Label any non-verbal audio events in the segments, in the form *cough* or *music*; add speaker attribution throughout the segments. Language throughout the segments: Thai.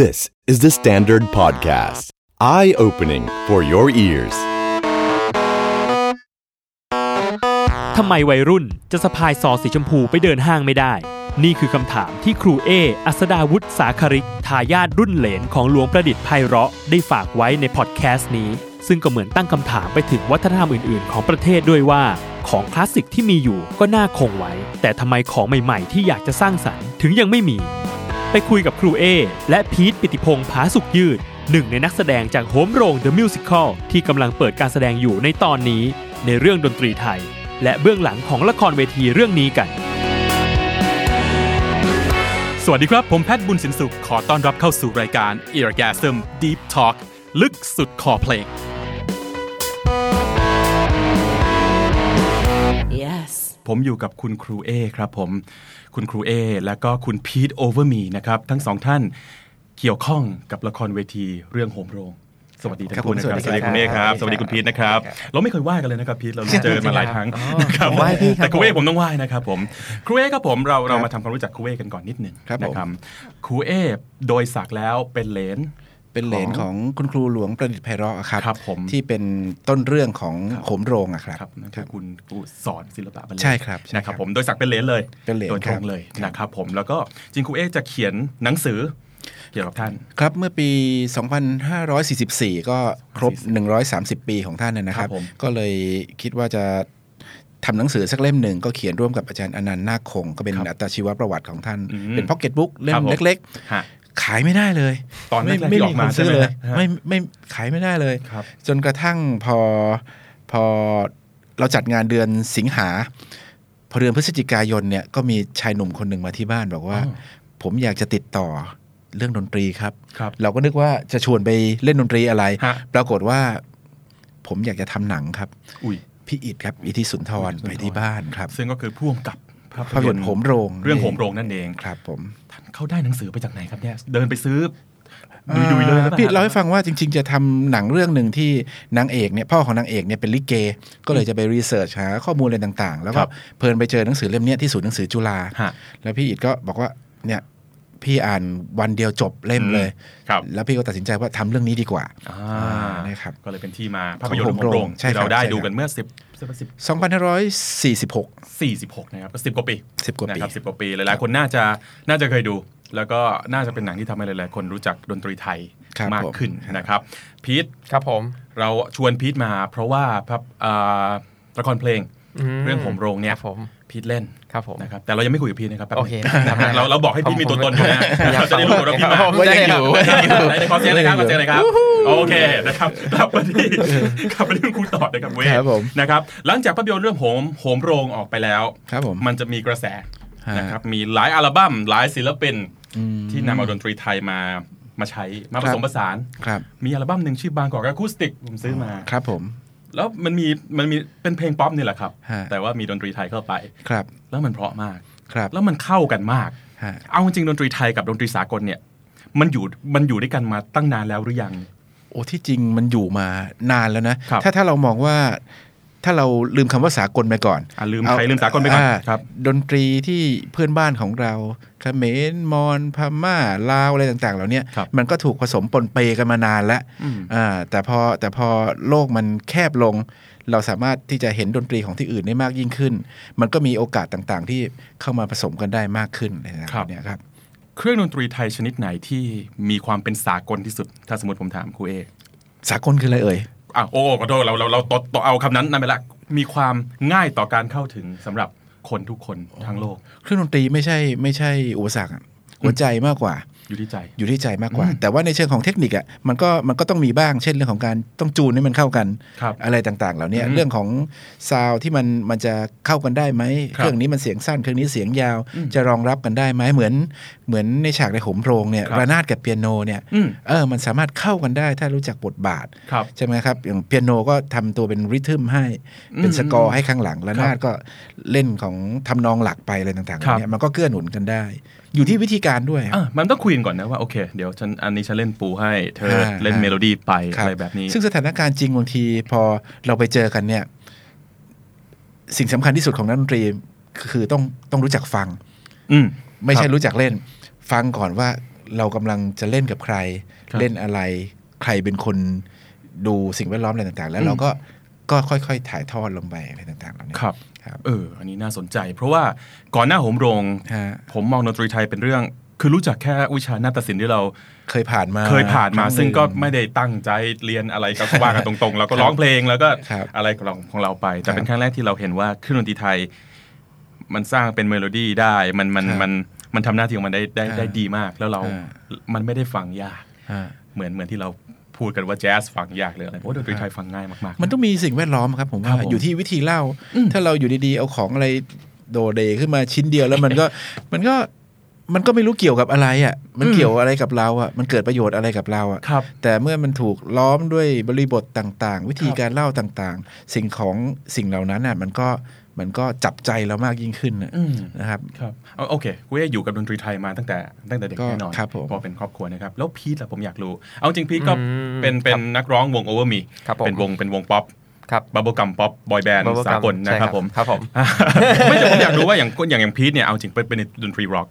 Speaker 1: This is the Standard Podcast. Eye opening for your ears.
Speaker 2: ทำไมวัยรุ่นจะสะพายซอสีชมพูไปเดินห้างไม่ได้ นี่คือคำถามที่ครูเอ อัสดาวุฒิสาคริก ทายาทรุ่นเหลนของหลวงประดิษฐ์ไพเราะได้ฝากไว้ในพอดแคสต์นี้ ซึ่งก็เหมือนตั้งคำถามไปถึงวัฒนธรรมอื่นๆ ของประเทศด้วยว่า ของคลาสสิกที่มีอยู่ก็น่าคงไว้ แต่ทำไมของใหม่ๆ ที่อยากจะสร้างสรรค์ถึงยังไม่มี ไปคุยกับครูเอ และพีทปิติพงษ์ผาสุกยืด หนึ่งในนักแสดงจากโฮมโรงเดอะมิวสิคลที่กำลังเปิดการแสดงอยู่ในตอนนี้ ในเรื่องดนตรีไทย และเบื้องหลังของละครเวทีเรื่องนี้กัน
Speaker 3: สวัสดีครับ ผมแพทย์บุญสินสุข ขอต้อนรับเข้าสู่รายการ e a r g a s m Deep Talk ลึกสุดคอเพลง
Speaker 4: Yes.
Speaker 3: ผมอยู่กับคุณครูเอครับผม คุณครูเอ และก็คุณพีทโอเวอร์มีนะครับ ทั้งสองท่านเกี่ยวข้องกับละครเวทีเรื่องโหมโรง สวัสดีทั้งคู่นะครับ
Speaker 5: สวัสดีครับ
Speaker 3: ณเอครับ สวัสดีคุณพีทนะครับ เราไม่เคยไหว้กันเลยนะครับพีทเราเจอกันมาหลายครั้งนะครับ
Speaker 5: ผมไหว้พี่ครับ
Speaker 3: แต่ครูเอผมต้องไหว้นะครับผม ครูเอครับผมเราเรามาทำความรู้จักครูเอกันก่อนนิดหนึง
Speaker 5: ครับผม
Speaker 3: นะครับ ครูเอโดยศักดิ์แล้วเป็นเหลน
Speaker 5: เป็นเหรนของคุณครูหลวงประดิษฐ์ไพเราะอะครับ
Speaker 3: ครับผม
Speaker 5: ที่เป็นต้นเรื่องของโขมโรงอะครับ
Speaker 3: ครับนั่นคือคุณกูสอนศิลปะบรรเลง
Speaker 5: ใช่ครับใช่ครับ
Speaker 3: นะครับผมโดยสักดิ์เป็นเลนเลย
Speaker 5: เป็นเหรน
Speaker 3: โดยต
Speaker 5: ครั
Speaker 3: ร
Speaker 5: บ
Speaker 3: งเลยนะครับผมแล้วก็จริงครูเอ๊จะเขียนหนังสือเกี่ยวกับท่าน
Speaker 5: ครับเมื่อปี 2544 ก็ครบ 130 ปีของท่านนะนะครับ
Speaker 3: ครับผม
Speaker 5: ก็เลยคิดว่าจะทำหนังสือสักเล่มหนึ่งก็เขียนร่วมกับอาจารย์อนันต์นาคคง ก็เป็นอัตชีวประวัติของท่าน เป็นพ็อกเก็ตบุ๊กเล่
Speaker 3: ครั
Speaker 5: ม
Speaker 3: บผ
Speaker 5: เล็ก
Speaker 3: ฮะ
Speaker 5: ๆ ขายไม่ได้เลย
Speaker 3: ตอนแรกๆที่
Speaker 5: ไม่ไม่
Speaker 3: ออ
Speaker 5: มี
Speaker 3: ก
Speaker 5: ค
Speaker 3: มาน
Speaker 5: ซื้อเลย
Speaker 3: ใช่ไหมฮะ
Speaker 5: ไม่ไม่ขายไม่ได้เลย
Speaker 3: ครับ
Speaker 5: จนกระทั่งพอพอเราจัดงานเดือนสิงหา พอเดือนพฤศจิกายนเนี่ยก็มีชายหนุ่มคนหนึ่งมาที่บ้านบอกว่า ผมอยากจะติดต่อเรื่องดนตรีครับ
Speaker 3: ครับ
Speaker 5: เราก็นึกว่าจะชวนไปเล่นดนตรีอะไร
Speaker 3: ฮะ
Speaker 5: ปรากฏว่า ผมอยากจะทำหนังครับ
Speaker 3: อุ้ย
Speaker 5: พี่อิดครับ อิทธิสุนทร
Speaker 3: อิทธิสุนทร
Speaker 5: ไปที่บ้านครับ
Speaker 3: ซึ่งก็คือพ่วงกับภาพ
Speaker 5: ภาพ
Speaker 3: ย
Speaker 5: ย
Speaker 3: น
Speaker 5: น
Speaker 3: ต
Speaker 5: ต
Speaker 3: ร์
Speaker 5: ร์โหมโรง
Speaker 3: เรื่องโหมโรงนั่นเอง
Speaker 5: ครับผม
Speaker 3: ท่านเขาได้หนังสือไปจากไหนครับเนี่ยเดินไปซื้อดุยๆเลยหรือ
Speaker 5: อ่า
Speaker 3: ปล่
Speaker 5: พี่เล่าให้ฟังว่าจริง ๆ จะทำหนังเรื่องหนึ่งที่นางเอกเนี่ยพ่อของนางเอกเนี่ยเป็นลิเก ก็เลยจะไปรีเสิร์ชหาข้อมูลอะไรต่างๆ แล้วก็เพลินไปเจอหนังสือเล่มเนี้ยที่ศูนย์หนังสือจุฬา
Speaker 3: ฮะ
Speaker 5: แล้วพี่อิดก็บอกว่าเนี่ยพี่อ่านวันเดียวจบเล่มเลย
Speaker 3: ครับ
Speaker 5: แล้วพี่ก็ตัดสินใจว่าทำเรื่องนี้ดีกว่า
Speaker 3: อ่า
Speaker 5: นะครับ
Speaker 3: ก็เลยเป็นที่มาภาพยนตร์
Speaker 5: ของ
Speaker 3: โห
Speaker 5: โห
Speaker 3: มโร
Speaker 5: มโรง งใช่
Speaker 3: ที่
Speaker 5: ครับ
Speaker 3: เราได้
Speaker 5: ใช่ครับ
Speaker 3: ดูกันเมื่อสิบสิบ
Speaker 5: 2546
Speaker 3: 46 นะครับก็สิบกว่าปี
Speaker 5: สิบกว่าปี
Speaker 3: นะครับสิบกว่าปี หลายๆ คนน่าจะน่าจะเคยดู แล้วก็น่าจะเป็นหนังที่ทำให้หลาย ๆ คนรู้จักดนตรีไทย
Speaker 5: ครับ
Speaker 3: มาก
Speaker 5: ผม
Speaker 3: ขึ้นนะครับพีท
Speaker 6: ครับผม
Speaker 3: เราชวนพีทมา เพราะว่าพับอ่าละครเพลง
Speaker 6: อืม
Speaker 3: เรื่องผมโรงเนี่ย
Speaker 6: ครับผม
Speaker 3: พีทเล่น
Speaker 6: ครับผม
Speaker 3: นะครับแต่เรายังไม่คุยกับพีทนะครับแป๊บ
Speaker 6: โอเค
Speaker 3: นึงนะครับ
Speaker 6: ได้
Speaker 3: เราเราบอกให้พีทมีตัวตนอยู่นะ
Speaker 6: อยาก
Speaker 3: เราจะได้รู้ว่าเราพีทมา
Speaker 6: ผม
Speaker 5: ว่ายังอยู่ว่ายังอยู่
Speaker 3: ไหนๆขอเสียงเลยครับขอเสียงเลยครับ โอเคนะครับกลับมาที่กลับมาที่คุณครูต่อนะครับเว้ย
Speaker 5: ครับผม
Speaker 3: นะครับ หลังจากภาพยนตร์เรื่องโหมโหมโรงออกไปแล้ว
Speaker 5: ครับผม
Speaker 3: นจะมีกระแส
Speaker 5: ฮะ
Speaker 3: นะครับมีหลายอัลบั้มหลายศิลปินที่นำเอาดนตรีไทยมามาใช้มาผสมผสาน
Speaker 5: ครับ
Speaker 3: มีอัลบั้มหนึ่งชื่อบางกอกอะคูสติกผมซื้อมา
Speaker 5: ครับผม
Speaker 3: แล้วมันมีมันมีเป็นเพลงป๊อปนี่แหละครับ
Speaker 5: ฮะ
Speaker 3: แต่ว่ามีดนตรีไทยเข้าไป
Speaker 5: ครับ
Speaker 3: แล้วมันเพราะมาก
Speaker 5: ครับ
Speaker 3: แล้วมันเข้ากันมาก
Speaker 5: ฮะ
Speaker 3: เอาจริงๆดนตรีไทยกับดนตรีสากลเนี่ย มันอยู่มันอยู่ด้วยกันมาตั้งนานแล้วหรือยัง
Speaker 5: โอ้ที่จริงมันอยู่มานานแล้วนะ
Speaker 3: ครับ
Speaker 5: ถ้าถ้าเรามองว่าถ้าเราลืมคำว่าสากลไปก่อน
Speaker 3: อ่ะลืม
Speaker 5: เอ
Speaker 3: ไทยลืมสากลไปก่อนา ครับ
Speaker 5: ดนตรีที่เพื่อนบ้านของเราเขมรมอญพม่าลาวอะไรต่างๆเหล่าเนี้ย
Speaker 3: ครับ
Speaker 5: มันก็ถูกผสมปนเปกันมานานแล้ว
Speaker 3: อืม
Speaker 5: อ่าแต่พอแต่พอโลกมันแคบลง เราสามารถที่จะเห็นดนตรีของที่อื่นได้มากยิ่งขึ้น มันก็มีโอกาสต่างๆ ที่เข้ามาผสมกันได้มากขึ้นในระดับ
Speaker 3: ครับ
Speaker 5: เนี้ยครับ
Speaker 3: เครื่องดนตรีไทยชนิดไหนที่มีความเป็นสากลที่สุด ถ้าสมมติผมถามครูเอ
Speaker 5: สากลคืออะไรเอ่ย
Speaker 3: อ่ะโอ้ขอโทษเราเราเราตดตดเอาคำนั้นนั่นไปละ มีความง่ายต่อการเข้าถึงสำหรับคนทุกคนทั้งโลก
Speaker 5: เครื่องดนตรีไม่ใช่ไม่ใช่อุปสรรคอะหัวใจมากกว่า
Speaker 3: อยู่ที่ใจ
Speaker 5: อยู่ที่ใจมากกว่า แต่ว่าในเชิงของเทคนิคอ่ะมันก็มันก็ต้องมีบ้างเช่นเรื่องของการต้องจูนให้มันเข้ากัน
Speaker 3: ครับ
Speaker 5: อะไรต่างๆ เหล่านี้
Speaker 3: อืม
Speaker 5: เรื่องของซาวด์ที่มันมันจะเข้ากันได้ไหม
Speaker 3: ครับ
Speaker 5: เครื่องนี้มันเสียงสั้นเครื่องนี้เสียงยาว จะรองรับกันได้ไหมเหมือน เหมือนในฉากในโหมโรงเนี่ย
Speaker 3: ครับ
Speaker 5: ระนาดกับเปียโนเนี่ย
Speaker 3: อืม
Speaker 5: เออมันสามารถเข้ากันได้ถ้ารู้จักบทบาท
Speaker 3: ครับ
Speaker 5: ใช่ไหมครับอย่างเปียโนก็ทำตัวเป็นริทึมให้เป็นสกอร์ให้ข้างหลังระนาดก็เล่นของทำนองหลักไปอะไรต่างๆเห
Speaker 3: ครั
Speaker 5: ล่า
Speaker 3: บ
Speaker 5: นี้มันก็เกื้อหนุนกันได้ อยู่ที่วิธีการด้วย
Speaker 3: อ่ะมันต้องคุยกันก่อนนะว่าโอเค เดี๋ยวฉันอันนี้ฉันเล่นปูให้ เธอ
Speaker 5: ฮะ
Speaker 3: เล่น
Speaker 5: ฮะ
Speaker 3: เมโลดี้ไป
Speaker 5: ค
Speaker 3: อะไรแบบนี้
Speaker 5: ซึ่งสถานการณ์จริงบางทีพอเราไปเจอกันเนี่ย สิ่งสำคัญที่สุดของนักดนตรีคือต้องต้องรู้จักฟัง
Speaker 3: อืมค
Speaker 5: ไม่
Speaker 3: รั
Speaker 5: ใช่
Speaker 3: บ
Speaker 5: รู้จักเล่น ฟังก่อนว่า เรากำลังจะเล่นกับใคร
Speaker 3: ครับ
Speaker 5: เล่นอะไร ใครเป็นคนดูสิ่งแวดล้อมอะไรต่างๆ แล้วเราก็ก็ค่อยๆ ถ่ายทอดลงไปอะไรต่างๆเหล่านี้
Speaker 3: ครับ
Speaker 5: ครับ
Speaker 3: เออ อันนี้น่าสนใจ เพราะว่าก่อนหน้าโหมโรง
Speaker 5: ฮะ
Speaker 3: ผมมองดนตรีไทยเป็นเรื่อง คือรู้จักแค่วิชาหน้าตัดสินที่เรา
Speaker 5: เคยผ่านมา
Speaker 3: เคยผ่านมา
Speaker 5: ครั้ห
Speaker 3: ซึ่งก็ไม่ได้ตั้งใจเรียนอะไรก็ว่ากันตรงๆ แล้วก็ร้องเพลงแล้วก็
Speaker 5: ครับ
Speaker 3: อะไรของเราของเราไป แต่เป็
Speaker 5: ครั
Speaker 3: น
Speaker 5: บ
Speaker 3: ครั้งแรกที่เราเห็นว่าเครื่องดนตรีไทย มันสร้างเป็นเมโลดี้ได้มันมัน
Speaker 5: ครับ
Speaker 3: มันมันทำหน้าที่ของมันได้ได้ได้ดีมาก แล้วเรา
Speaker 5: อ่า
Speaker 3: มันไม่ได้ฟังยาก
Speaker 5: อ่า
Speaker 3: เหมือนเหมือนที่เราพูดกันว่าแจ๊สฟังยากเลยอะไรโอ้ดนตรีไทยฟังง่ายมาก
Speaker 5: มันต้องมีสิ่งแวดล้อมครับผม
Speaker 3: ครั
Speaker 5: ว่า
Speaker 3: บผม
Speaker 5: อยู่ที่วิธีเล่า ถ้าเราอยู่ดีๆ เอาของอะไรโดเดขึ้นมาชิ้นเดียวแล้วมัน
Speaker 3: *laughs*
Speaker 5: ก็ มันก็มันก็ไม่รู้เกี่ยวกับอะไรอ่ะ มัน
Speaker 3: อืม
Speaker 5: เกี่ยวอะไรกับเราอ่ะ มันเกิดประโยชน์อะไรกับเราอ่ะ
Speaker 3: ๆครับ
Speaker 5: แต่เมื่อมันถูกล้อมด้วยบริบทต่างๆ วิธีการเล่าต่างๆ สิ่งของสิ่งเหล่านั้นน่ะมันก็มันก็จับใจเรามากยิ่งขึ้นน่ะ
Speaker 3: อืม
Speaker 5: นะครับ
Speaker 3: ครับเอาโอเคกูเออยู่กับดนตรีไทยมาตั้งแต่ตั้งแต่เด็ก
Speaker 5: ก็
Speaker 3: แน่นอน
Speaker 5: ครับผม
Speaker 3: เพอเป็นครอบครัวนะครับ แล้วพีทล่ะผมอยากรู้ เอาจริงพีทก็
Speaker 4: อืม
Speaker 3: เป็นเป็นนักร้องวงโอเวอร์มี
Speaker 4: ครับผม
Speaker 3: เป็นวงเป็นวงป๊อป
Speaker 4: ครับ
Speaker 3: บับเบิลกัมป๊อปบอยแบนด์
Speaker 4: Bubblegum
Speaker 3: สากลนะ
Speaker 4: ใช่
Speaker 3: ครับผม
Speaker 4: ครับผม
Speaker 3: *laughs* ไม่แต่ผมอยากรู้ว่าอย่างอย่างอย่างพีทเนี่ยเอาจริงเป็นเป็นดนตรีร็อก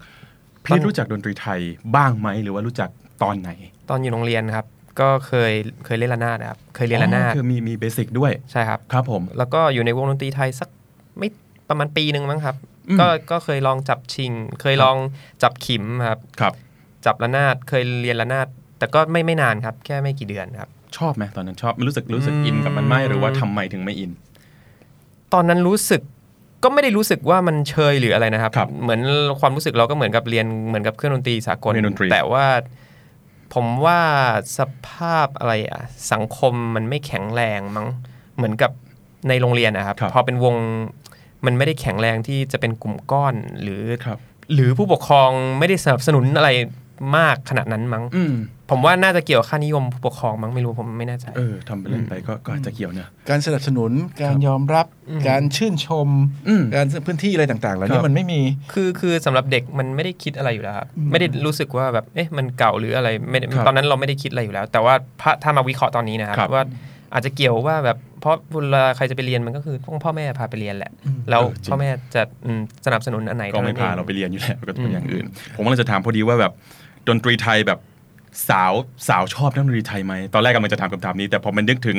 Speaker 3: พีทรู้จักดนตรีไทยบ้างไหมหรือว่ารู้จักตอนไหน
Speaker 4: ตอนอยู่โรงเรียนครับ ก็เคยเคยเล่นระนาดนะครับ เคยเรียนระนา
Speaker 3: อ๋
Speaker 4: ด
Speaker 3: อคือมีมีเบสิกด้วย
Speaker 4: ใช่ครับ
Speaker 3: ครับผม
Speaker 4: แล้วก็อยู่ในวงดนตรีไทยสักไม่ประมาณปีหนึ่งมั้งครับ
Speaker 3: อืม
Speaker 4: ก็ก็เคยลองจับชิง เคยลองจับขิมครับ
Speaker 3: ครับ
Speaker 4: จับระนาด เคยเรียนระนาด แต่ก็ไม่ไม่นานครับ แค่ไม่กี่เดือนครับ
Speaker 3: ชอบไหมตอนนั้นชอบมันรู้สึกรู้สึกอินกับมันไหมหรือว่าทำไมถึงไม่อิน
Speaker 4: ตอนนั้นรู้สึกก็ไม่ได้รู้สึกว่ามันเชยหรืออะไรนะครับ
Speaker 3: ครับ
Speaker 4: เหมือนความรู้สึกเราก็เหมือนกับเรียนเหมือนกับเครื่องดนตรีสากล
Speaker 3: เรียนดนตรี
Speaker 4: แต่ว่าผมว่าสภาพอะไรอะสังคมมันไม่แข็งแรงมั้งเหมือนกับในโรงเรียนนะครับ
Speaker 3: ครับ
Speaker 4: พอเป็นวงมันไม่ได้แข็งแรงที่จะเป็นกลุ่มก้อนหรือ
Speaker 3: ครับ
Speaker 4: หรือผู้ปกครองไม่ได้สนับสนุนอะไรมากขนาดนั้นมั้ง
Speaker 3: อืม
Speaker 4: ผมว่าน่าจะเกี่ยวกับค่านิยมผู้ปกครองมั้งไม่รู้ผมไม่แน่ใจ
Speaker 3: เออทำไปเล่นไปก็ก็อาจจะเกี่ยวเนอะ
Speaker 5: การสนับสนุนการยอมรับ
Speaker 4: อืม
Speaker 5: การชื่นชม
Speaker 3: อืม
Speaker 5: การพื้นที่อะไรต่างๆเหล่า
Speaker 3: ครั
Speaker 5: นี้
Speaker 3: บ
Speaker 5: มันไม่มี
Speaker 4: คือคือสำหรับเด็กมันไม่ได้คิดอะไรอยู่แล้วครับไม่ได้รู้สึกว่าแบบเอ๊ะมันเก่าหรืออะไรไม่ได้
Speaker 3: ครับ
Speaker 4: ตอนนั้นเราไม่ได้คิดอะไรอยู่แล้ว แต่ว่าพระถ้ามาวิเคราะห์ตอนนี้นะครับ
Speaker 3: ครับ
Speaker 4: ว่าอาจจะเกี่ยวว่าแบบเพราะเวลาใครจะไปเรียนมันก็คือต้องพ่อแม่พาไปเรียนแหละ แล้ว
Speaker 3: เออจริง
Speaker 4: พ่อแม่จะอืมสนับสนุนอันไหน
Speaker 3: ก็ไม่
Speaker 4: ท่
Speaker 3: พา
Speaker 4: นั้นอง
Speaker 3: เราไปเรียนอยู่แล้วก็ *laughs* จะเป็น
Speaker 4: อืม
Speaker 3: อย่างอื่น ผมกำลังจะถามพอดีว่าแบบดนตรีไทยแบบสาวสาวชอบนักดนตรีไทยไหมตอนแรกกำลังจะถามคำถามนี้ แต่พอมันนึกถึง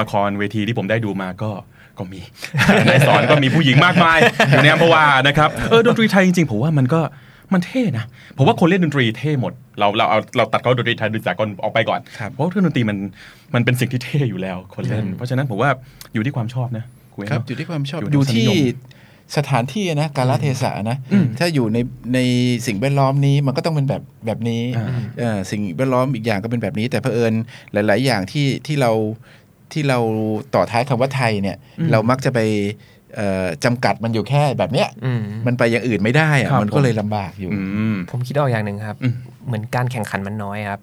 Speaker 3: ละครเวทีที่ผมได้ดูมาก็ก็มี *laughs* ในสอนก็มีผู้หญิงมากมาย *laughs* อยู่ในอัมพวานะครับเออดนตรีไทยจริงๆผมว่ามันก็มันเท่นะผมว่าคนเล่นดนตรีเท่หมด เราเราเอาเราตัดเขาดนตรีไทยดนตรีสากลออกไปก่อน
Speaker 5: ครับ
Speaker 3: เพราะว่าเครื่องดนตรีมันมันเป็นสิ่งที่เท่อยู่แล้วคนเล่น เพราะฉะนั้นผมว่าอยู่ที่ความชอบนะณเอ๋
Speaker 5: ครับ
Speaker 3: เนอะ
Speaker 5: อยู่ที่ความชอบ
Speaker 3: อยู่
Speaker 5: อยู่
Speaker 3: ที่
Speaker 5: ที่
Speaker 3: รสนิย
Speaker 5: สถานที่นะการละเทศะนะถ้าอยู่ในในสิ่งแวดล้อมนี้มันก็ต้องเป็นแบบแบบนี้
Speaker 3: อ่า
Speaker 5: เอ่อสิ่งแวดล้อมอีกอย่างก็เป็นแบบนี้ แต่เผอิญหลาย ๆ อย่างที่ที่เราที่เราต่อท้ายคำว่าไทยเนี่ย
Speaker 3: อืม
Speaker 5: เรามักจะไปเอ่อจำกัดมันอยู่แค่แบบเนี้ย
Speaker 4: อืม
Speaker 5: มันไปอย่างอื่นไม่ได้อะ
Speaker 3: ครับ
Speaker 5: มันก็
Speaker 3: ผม
Speaker 5: เลยลำบากอยู่
Speaker 3: อืม
Speaker 4: ผมคิดออกอย่างหนึ่งครับ
Speaker 3: อืม
Speaker 4: เหมือนการแข่งขันมันน้อยครับ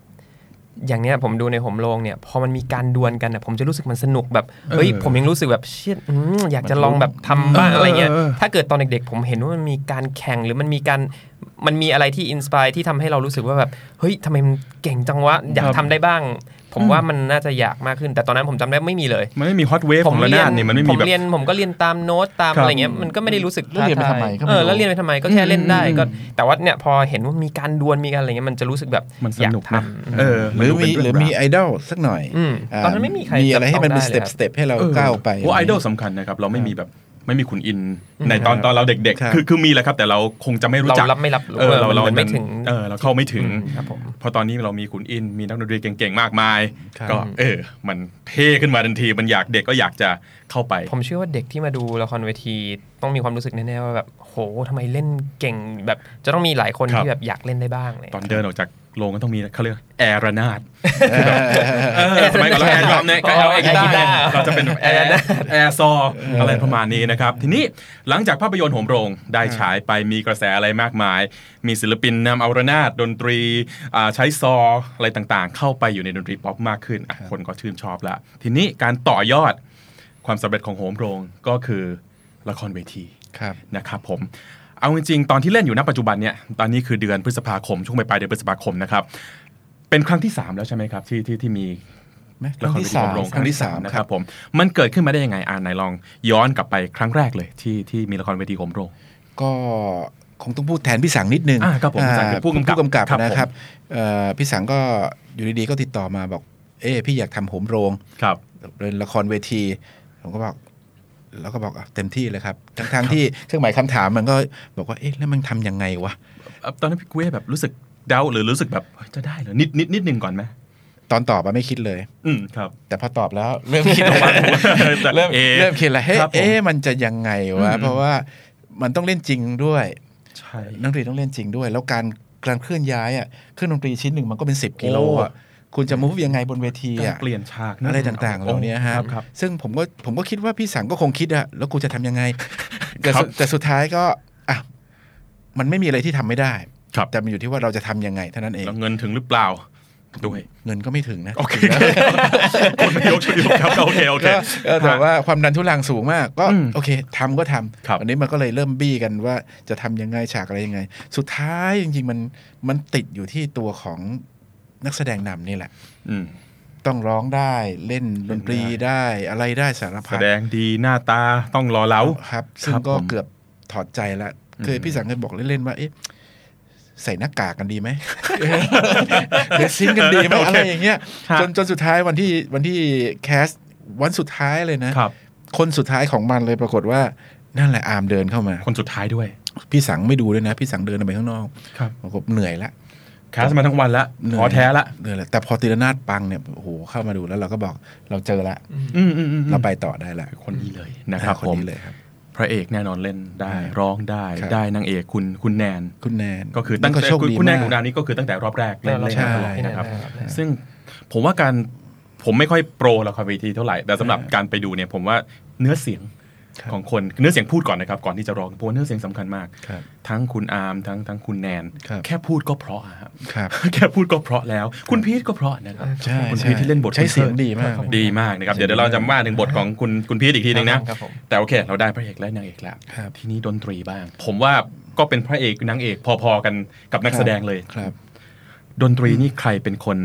Speaker 4: อย่างเนี้ยผมดูในผมโรงเนี่ยพอมันมีการดวลกันน่ะผมจะรู้สึกมันสนุกแบบเฮ้ยผมยังรู้สึกแบบเชี่ยอืมอยากจะลองแบบทำบ้าง
Speaker 3: เออ
Speaker 4: อะไรเงี้ย
Speaker 3: เออเออ
Speaker 4: ถ้าเกิดตอนเด็กๆ ผมเห็นว่ามันมีการแข่งหรือมันมีการมันมีอะไรที่อินสปายที่ทำให้เรารู้สึกว่าแบบเฮ้ยทำไมมันเก่งจังวะอยากทำได้บ้าง ผมว่ามันน่าจะอยากมากขึ้น แต่ตอนนั้นผมจำได้ไม่มีเลย
Speaker 3: มันไม่มีฮอตเวฟของระนาดนี่มันไม่
Speaker 4: ผ
Speaker 3: มี
Speaker 4: ม
Speaker 3: แบบ
Speaker 4: เรียนผมก็เรียนตามโน้ตตาม
Speaker 3: ครับ
Speaker 4: อะไรเงี้ยมันก็ไม่ได้รู้สึก
Speaker 5: แล้วเรียนไปทำไมก็ไม่รู้
Speaker 4: เออแล้วเรียนไปทำไมก็แค่เล่นได้ก็ แต่ว่าเนี่ยพอเห็นว่ามีการดวลมีการอะไรเงี้ยมันจะรู้สึกแบบ
Speaker 3: มันส
Speaker 4: อยาก
Speaker 3: นุก
Speaker 4: ท
Speaker 3: นะเออ
Speaker 5: หรือน มี
Speaker 3: ดู
Speaker 5: หรื
Speaker 3: เป็เงา
Speaker 5: อน
Speaker 3: ว
Speaker 5: มีไอดอลสักหน่อย
Speaker 4: ำอืมตอนนั้นไม่มีใคร
Speaker 5: มีอะไรให้มันเป็นส
Speaker 4: จับ
Speaker 5: เต็ป
Speaker 4: ต้อ
Speaker 5: สเต็ป
Speaker 4: งได้ลยครับ
Speaker 5: ให้เราก้าวไป
Speaker 3: โอ้ไอดอลสำคัญนะครับ เราไม่มีแบบไม่มีคุณอิน ในตอน
Speaker 5: ครับ
Speaker 3: ตอนเราเด็ก
Speaker 5: ครับ
Speaker 3: ๆ คือคือมีแหละครับ แต่เราคงจะไม่รู้จัก
Speaker 4: เรารับไม่รับรู้
Speaker 3: เออเราเรา
Speaker 4: มันไม่ถึง
Speaker 3: เออเราเข้าไม่ถึง
Speaker 4: อืมครับผม
Speaker 3: พอตอนนี้เรามีคุณอิน มีนักดนตรีเก่งๆ มากมาย
Speaker 5: ครับ
Speaker 3: ก็เออ มันเท่ขึ้นมาทันที มันอยากเด็กก็อยากจะเข้าไป
Speaker 4: ผมเชื่อว่าเด็กที่มาดูละครเวทีต้องมีความรู้สึกแน่ๆว่าแบบโหทำไมเล่นเก่งแบบจะต้องมีหลายคน
Speaker 3: ครับ
Speaker 4: ที่แบบอยากเล่นได้บ้างเลย
Speaker 3: ตอนเดินออกจากโรงก็ต้องมีเขาเรียกแอร์ระนาดเออสมัยก่อนเราแอร์ดรัมเนี่ยก็เอาแอร์กีตาร์เนี่ยเราจะเป็นแบบแอร์แอร์ซออะไรประมาณนี้นะครับ ทีนี้หลังจากภาพยนตร์โหมโรงได้ฉายไปมีกระแสอะไรมากมาย มีศิลปินนำเอาระนาดดนตรีอ่าใช้ซออะไรต่างๆ เข้าไปอยู่ในดนตรีป๊อปมากขึ้นอ่ะคนก็ชื่นชอบละทีนี้การต่อยอดความสำเร็จของโหมโรงก็คือละครเวที
Speaker 5: ครับ
Speaker 3: นะครับผม เอาจริงๆ ตอนที่เล่นอยู่ณปัจจุบันเนี่ย ตอนนี้คือเดือนพฤษภาคม ช่วงปลายๆเดือนพฤษภาคมนะครับ เป็นครั้งที่ 3 แล้วใช่ไหมครับ ที่ที่ที่มี
Speaker 5: ไหมค
Speaker 3: ละ
Speaker 5: รั้
Speaker 3: ค
Speaker 5: ง
Speaker 3: ร
Speaker 5: ที่
Speaker 3: เวที
Speaker 5: สาม
Speaker 3: โรง
Speaker 5: ครั้งที่สาม
Speaker 3: นะ
Speaker 5: ค
Speaker 3: ค
Speaker 5: รั
Speaker 3: รับ บผม มันเกิดขึ้นมาได้ยังไงอ่านไหนลองย้อนกลับไปครั้งแรกเลยที่ที่มีละครเวทีโหมโรง
Speaker 5: ก็ คงต้องพูดแทนพี่สังนิดนึง
Speaker 3: อ่าครับผมพี่สังคือผู้กำกับ
Speaker 5: ผู้กำกับ
Speaker 3: ครับผม
Speaker 5: นะครับเอ่อพี่สังก็อยู่ดีๆก็ติดต่อมาบอก เอ้พี่อยากทำโหมโรง
Speaker 3: ครับ
Speaker 5: เล่นละครเวที ผมก็บอก แล้วก็บอกอ่ะเต็มที่เลยครับทั้งทางที่เครื่องหมายคำถามมันก็บอกว่าเอ๊ะแล้วมันทำยังไงวะ
Speaker 3: ตอนนั้นพี่กุ้ยแบบรู้สึกเดาหรือรู้สึกแบบเฮ้ยจะได้เหรอนิดนิดนิดหนึ่งก่อนไหม
Speaker 5: ตอนตอบอะไม่คิดเลย
Speaker 3: อืมครับ
Speaker 5: แต่พอตอบแล้ว เริ่มคิด
Speaker 3: *laughs*
Speaker 5: ออกมาเริ่ม
Speaker 3: เอ๊ะ
Speaker 5: เริ่มคิดและเฮ้ย
Speaker 3: ครับผม
Speaker 5: เอ๊ะมันจะยังไงวะ
Speaker 3: อืม
Speaker 5: เพราะว่ามันต้องเล่นจริงด้วย
Speaker 3: ใช่
Speaker 5: นักดนตรีต้องเล่นจริงด้วย แล้วการการเคลื่อนย้ายอ่ะเครื่องดนตรีชิ้นหนึ่งมันก็เป็น 10กิโลอ่ะคุณจะมูฟยังไงบนเวที
Speaker 3: การ
Speaker 5: อ่ะ
Speaker 3: เปลี่ยนฉากน
Speaker 5: อะไรต่างๆเหล่านี้ฮะ
Speaker 3: ครับครับ
Speaker 5: ซึ่งผมก็ผมก็คิดว่าพี่สังก็คงคิดอะแล้วกูจะทำยังไงแต่
Speaker 3: ครั
Speaker 5: สุ
Speaker 3: บ
Speaker 5: ดแต่สุดท้ายก็อ่ะมันไม่มีอะไรที่ทำไม่ได้
Speaker 3: ครับ
Speaker 5: แต่มันอยู่ที่ว่าเราจะทำยังไงเท่านั้นเอง
Speaker 3: แล้วเงินถึงหรือเปล่าด้วย
Speaker 5: เงินก็ไม่ถึงนะ
Speaker 3: โอเคคนไม่ยกช่วยยกครับโอเคโอเค
Speaker 5: ก็เออแต่ว่าความดันทุรังสูงมากก็
Speaker 3: อืม
Speaker 5: โอเคทำก็ทำ
Speaker 3: ครับ
Speaker 5: อันนี้มันก็เลยเริ่มบี้กันว่าจะทำยังไงฉากอะไรยังไง สุดท้ายจริงๆมันมันติดอยู่ที่ตัวของนักแสดงนำนี่แหละ
Speaker 3: อืม
Speaker 5: ต้องร้องได้เล่นดนตรี
Speaker 3: เล่นได้
Speaker 5: ได้อะไรได้สาร
Speaker 3: แส
Speaker 5: พัด
Speaker 3: ดงดีหน้าตาต้องรอเล้า
Speaker 5: ครับ ซึ่ง
Speaker 3: ครับ
Speaker 5: ก็
Speaker 3: ผม
Speaker 5: เกือบถอดใจละเคย
Speaker 3: อืม
Speaker 5: พี่สังเคยบอกเล่นๆว่าเอ๊ะใส่หน้ากากกันดีไห
Speaker 3: *laughs*
Speaker 5: ม เดยวซิงค์กันดีไหมอะไรอย่างเงี้ย
Speaker 3: ฮะ
Speaker 5: จนจนสุดท้ายวันที่วันที่แคสวันสุดท้ายเลยนะ
Speaker 3: ครับ
Speaker 5: คนสุดท้ายของมันเลยปรากฏว่านั่นแหละอาร์มเดินเข้ามา
Speaker 3: คนสุดท้ายด้วย
Speaker 5: พี่สังไม่ดูด้วยนะ พี่สังเดินออกไปข้างนอก
Speaker 3: ครับ
Speaker 5: ผมก็เหนื่อยละ
Speaker 3: แคสมาทั้งวันละ
Speaker 5: เหนื่ย
Speaker 3: พอแท้ละ
Speaker 5: เหนื่อยละแต่พอตีรนาดปังเนี่ยโอ้โหเข้ามาดูแล้วเราก็บอกเราเจอละ
Speaker 3: อืมอืมอืม
Speaker 5: เราไปต่อได้ละ
Speaker 3: คนนี้เลยนะครับ
Speaker 5: คน
Speaker 3: ผม
Speaker 5: นี้เลยครับ
Speaker 3: พระเอกแน่นอนเล่นได้
Speaker 5: ครับ
Speaker 3: ร้องได้
Speaker 5: ครับ
Speaker 3: ได้นางเอกคุณคุณแนน
Speaker 5: คุณแนน
Speaker 3: ก็คือตั้ง
Speaker 5: ก็
Speaker 3: แต่
Speaker 5: โชค
Speaker 3: คุณ
Speaker 5: ดี
Speaker 3: คุณแนน
Speaker 5: มาก
Speaker 3: ของดาวนี้ก็คือตั้งแต่รอบแรกเล่นเล่น
Speaker 5: ใช่
Speaker 3: มาตลอดนะครับ
Speaker 4: ใช่ครับ
Speaker 3: ซึ่งผมว่าการผมไม่ค่อยโปรละครเวทีเท่าไหร่แต่สำหรับการไปดูเนี่ยผมว่าเนื้อเสียง
Speaker 5: ครับ
Speaker 3: ของคนเนื้อเสียงพูดก่อนนะครับก่อนที่จะร้องเพราะว่าเนื้อเสียงสำคัญมาก
Speaker 5: ครับ
Speaker 3: ทั้งคุณอาร์มทั้งทั้งคุณแนน
Speaker 5: ครับ
Speaker 3: แค่พูดก็เพราะอะครับ
Speaker 5: ครับ
Speaker 3: *laughs* แค่พูดก็เพราะแล้ว คุณพีทก็เพราะนะครับ
Speaker 5: ใช่
Speaker 3: คุณ
Speaker 5: ใช่
Speaker 3: พีทที่เล่นบท
Speaker 5: ใช้เสียง
Speaker 3: คุณทิร์
Speaker 5: ดีมาก
Speaker 3: ดีมากนะครับ เดี๋ยวเดี๋ยวเราจะมาถึงบทของคุณคุณพีทอีกทีหนึงนะ
Speaker 4: ครับผม
Speaker 3: แต่โอเค เราได้พระเอกและนางเอกแล้ว
Speaker 5: ครับ
Speaker 3: ทีนี้ดนตรีบ้าง ผมว่าก็เป็นพระเอกนางเอกพอๆกันกับนัก
Speaker 5: ครับ
Speaker 3: แสดงเลย
Speaker 5: ครับ
Speaker 3: ดนตรีนี่ใครเป็นคน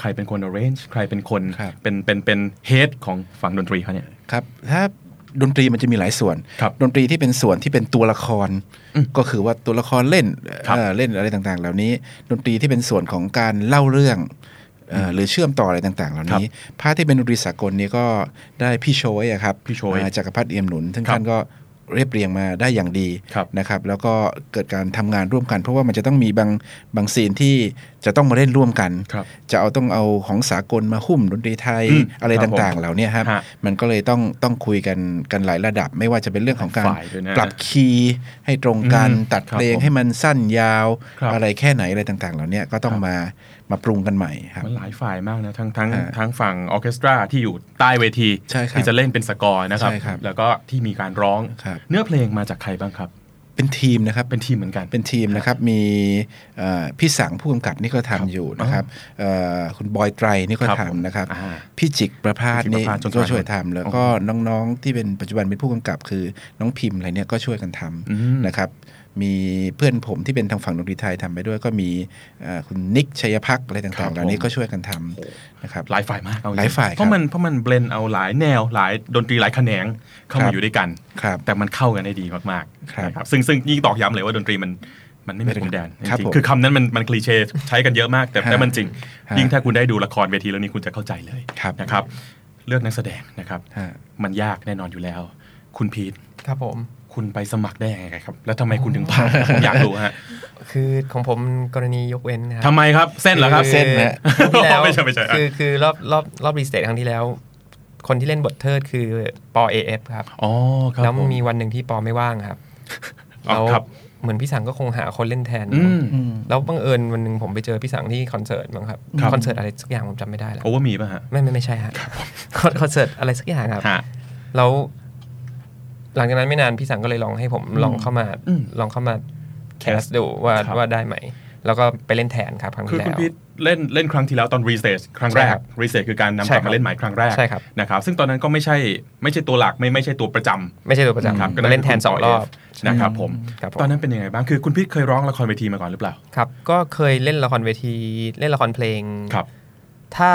Speaker 3: ใครเป็นคน arrange ใครเป็นคน
Speaker 5: ครับ
Speaker 3: เป็นเป็นเป็น head ของฝั่งดนตรีเขาเนี่ย
Speaker 5: ครับถ้าดนตรีมันจะมีหลายส่วน
Speaker 3: ครับ
Speaker 5: ดนตรีที่เป็นส่วนที่เป็นตัวละคร
Speaker 3: อืม
Speaker 5: ก็คือว่าตัวละครเล่น
Speaker 3: ครับ
Speaker 5: เอ่อเล่นอะไรต่างๆ เหล่านี้ ดนตรีที่เป็นส่วนของการเล่าเรื่องเอ่อหรือเชื่อมต่ออะไรต่างๆ เหล่านี้พาร์ทที่เป็นดนตรีสากลนี้ก็ได้พี่โชยอะครับ
Speaker 3: พี่โชย
Speaker 5: อ่าจักรพัฒน์เอี่ยมหนุนซึ่ง
Speaker 3: ครับ
Speaker 5: ท่านก็เรียบเรียงมาได้อย่างดี
Speaker 3: ครับ
Speaker 5: นะครับ แล้วก็เกิดการทำงานร่วมกัน เพราะว่ามันจะต้องมีบางบางซีนที่จะต้องมาเล่นร่วมกัน
Speaker 3: ครับ
Speaker 5: จะเอาต้องเอาของสากลมาหุ้มดนตรีไทย
Speaker 3: อืม
Speaker 5: อะไร
Speaker 3: ครับผม
Speaker 5: ต่างๆ เหล่านี้ครับ
Speaker 3: ฮะ
Speaker 5: มันก็เลยต้องต้องคุยกันกันหลายระดับ ไม่ว่าจะเป็นเรื่องของการ
Speaker 3: ฝ่ายด้วยนะ
Speaker 5: ปรับคีย์ให้ตรงกัน
Speaker 3: อืม
Speaker 5: ตัด
Speaker 3: ครับ
Speaker 5: เพลง
Speaker 3: ผม
Speaker 5: ให้มันสั้นยาว
Speaker 3: ครับ
Speaker 5: อะไรแค่ไหนอะไรต่างๆ เหล่าเนี้ยก็ต้อง
Speaker 3: ครับ
Speaker 5: มามาปรุงกันใหม่ครับ
Speaker 3: มันหลายฝ่ายมากนะ ทั้งทั้ง
Speaker 5: ฮะ
Speaker 3: ทั้งฝั่งออเคสตราที่อยู่ใต้เวที
Speaker 5: ใช่ครับ
Speaker 3: ที่จะเล่นเป็นสกอร์นะครับ
Speaker 5: ใช่ครับ
Speaker 3: แล้วก็ที่มีการร้อง
Speaker 5: ครับ
Speaker 3: เนื้อเพลงมาจากใครบ้างครับ
Speaker 5: เป็นทีมนะครับ
Speaker 3: เป็นทีมเหมือนกัน
Speaker 5: เป็นทีมนะครับมีเอ่อพี่สังผู้กำกับนี่ก็ทำอยู่นะครับเอ่อคุณบอยไตรนี่ก็
Speaker 3: ครับผม
Speaker 5: ทำนะครับ
Speaker 3: อ่า
Speaker 5: พี่จิกประพาส
Speaker 3: พี่จิกป
Speaker 5: นี่
Speaker 3: ระภาสจนส
Speaker 5: ก็
Speaker 3: มัย
Speaker 5: ช่วยทำแล้วก็น้องๆที่เป็นปัจจุบันเป็นผู้กำกับคือน้องพิมพ์อะไรเนี่ยก็ช่วยกันทำ
Speaker 3: อืม
Speaker 5: นะครับมีเพื่อนผมที่เป็นทางฝั่งดนตรีไทยทำไปด้วยก็มีเอ่อคุณนิกชัยพักษ์อะไร
Speaker 3: ครั
Speaker 5: ต่างๆ
Speaker 3: บ
Speaker 5: เหล่านี้
Speaker 3: ผม
Speaker 5: ก็ช่วยกันทำนะครับ
Speaker 3: หลายฝ่ายมากเอจริง
Speaker 5: หลายฝ่ายครับ
Speaker 3: เพราะมันเพราะมันเบลนเอาหลายแนวหลายดนตรีหลายแขนงเข้า
Speaker 5: ครั
Speaker 3: มา
Speaker 5: บ
Speaker 3: อยู่ด้วยกัน
Speaker 5: ครับ
Speaker 3: แต่มันเข้ากันได้ดีมาก
Speaker 5: ครับ
Speaker 3: ๆนะครับซึ่งซึ่งยิ่งตอกย้ำเลยว่าดนตรีมันมันไม่มีพรมแดน
Speaker 5: ครับ
Speaker 3: จริง
Speaker 5: ผม
Speaker 3: ๆคือคำนั้นมันมันคลีเช่ใช้กันเยอะมาก แต่
Speaker 5: ฮะ
Speaker 3: แต่มันจริง
Speaker 5: ฮะ
Speaker 3: ยิ่งถ้าคุณได้ดูละครเวทีเรื่องนี้คุณจะเข้าใจเลย
Speaker 5: ครับ
Speaker 3: นะครับ เลือกนักแสดงนะครับ
Speaker 5: ฮะ
Speaker 3: มันยากแน่นอนอยู่แล้ว คุณพีท
Speaker 4: ครับผม
Speaker 3: คุณไปสมัครได้ยังไงครับ แล้วทำไมคุณถึงผ่านผมอยากรู้ฮะ
Speaker 4: คือของผมกรณียกเว้นนะครั
Speaker 3: ทำไมครับเส้นเหรอครับ
Speaker 4: อ
Speaker 5: เส้นนะ
Speaker 4: รอบที่แล้ว
Speaker 3: ไม่ใช่ไม่ใช่อ่ะ
Speaker 4: คือคือรอบรอบรอบรีสเตทครั้งที่แล้ว คนที่เล่นบทเทิดคือปอเอฟครับ
Speaker 3: อ๋อครับ
Speaker 4: แล้วมัน
Speaker 3: ผ
Speaker 4: มีวันหนึ่งที่ปอไม่ว่างครับ
Speaker 3: อ๋อ
Speaker 4: แล้ว
Speaker 3: ครับ
Speaker 4: เหมือนพี่สังก็คงหาคนเล่นแทน
Speaker 3: อืม
Speaker 5: อืม
Speaker 4: แล้วบังเอิญวันหนึ่งผมไปเจอพี่สังที่คอนเสิร์ตมั้งครับ
Speaker 3: ครับ
Speaker 4: คอนเสิร์ตอะไรสักอย่างผมจำไม่ได้แล้ว
Speaker 3: โอเวอร์มีป่ะฮะ
Speaker 4: ไม่ไม่ไม่ใช่ฮะคอนเสิร์ตอะไรสักอย่างครับ
Speaker 3: ฮะ
Speaker 4: แล้ว หลังจากนั้นไม่นานพี่สังก็เลยลองให้ผมลองเข้ามา
Speaker 3: อืม
Speaker 4: ลองเข้ามาแคสดูว่า
Speaker 3: ครับ
Speaker 4: ว่าได้ไหมแล้วก็ไปเล่นแทนครับครั้ง
Speaker 3: คือ
Speaker 4: ที่แล้
Speaker 3: คุณ
Speaker 4: ว
Speaker 3: พีทเล่นเล่นครั้งที่แล้วตอนรีเซชครั้งแร
Speaker 4: ใช่
Speaker 3: ก
Speaker 4: ครับ
Speaker 3: รีเซชคือการนำ
Speaker 4: ใช่
Speaker 3: ก
Speaker 4: ครั
Speaker 3: ลับบ มาเล่นใหม่ครั้งแรก
Speaker 4: ใช่ครับ
Speaker 3: นะครับ ซึ่งตอนนั้นก็ไม่ใช่ไม่ใช่ตัวหลักไม่ไม่ใช่ตัวประจำ
Speaker 4: ไม่ใช่ตัวประจำ
Speaker 3: ครับก็
Speaker 4: มาเล่นแทน
Speaker 3: คื
Speaker 4: สองรอบ
Speaker 3: นะครับผม
Speaker 4: ครับผม
Speaker 3: ตอนนั้นเป็นยังไงบ้าง คือคุณพีทเคยร้องละครเวทีมาก่อนหรือเปล่า
Speaker 4: ครับ ก็เคยเล่นละครเวที เล่นละครเพลง
Speaker 3: ครับ
Speaker 4: ถ้า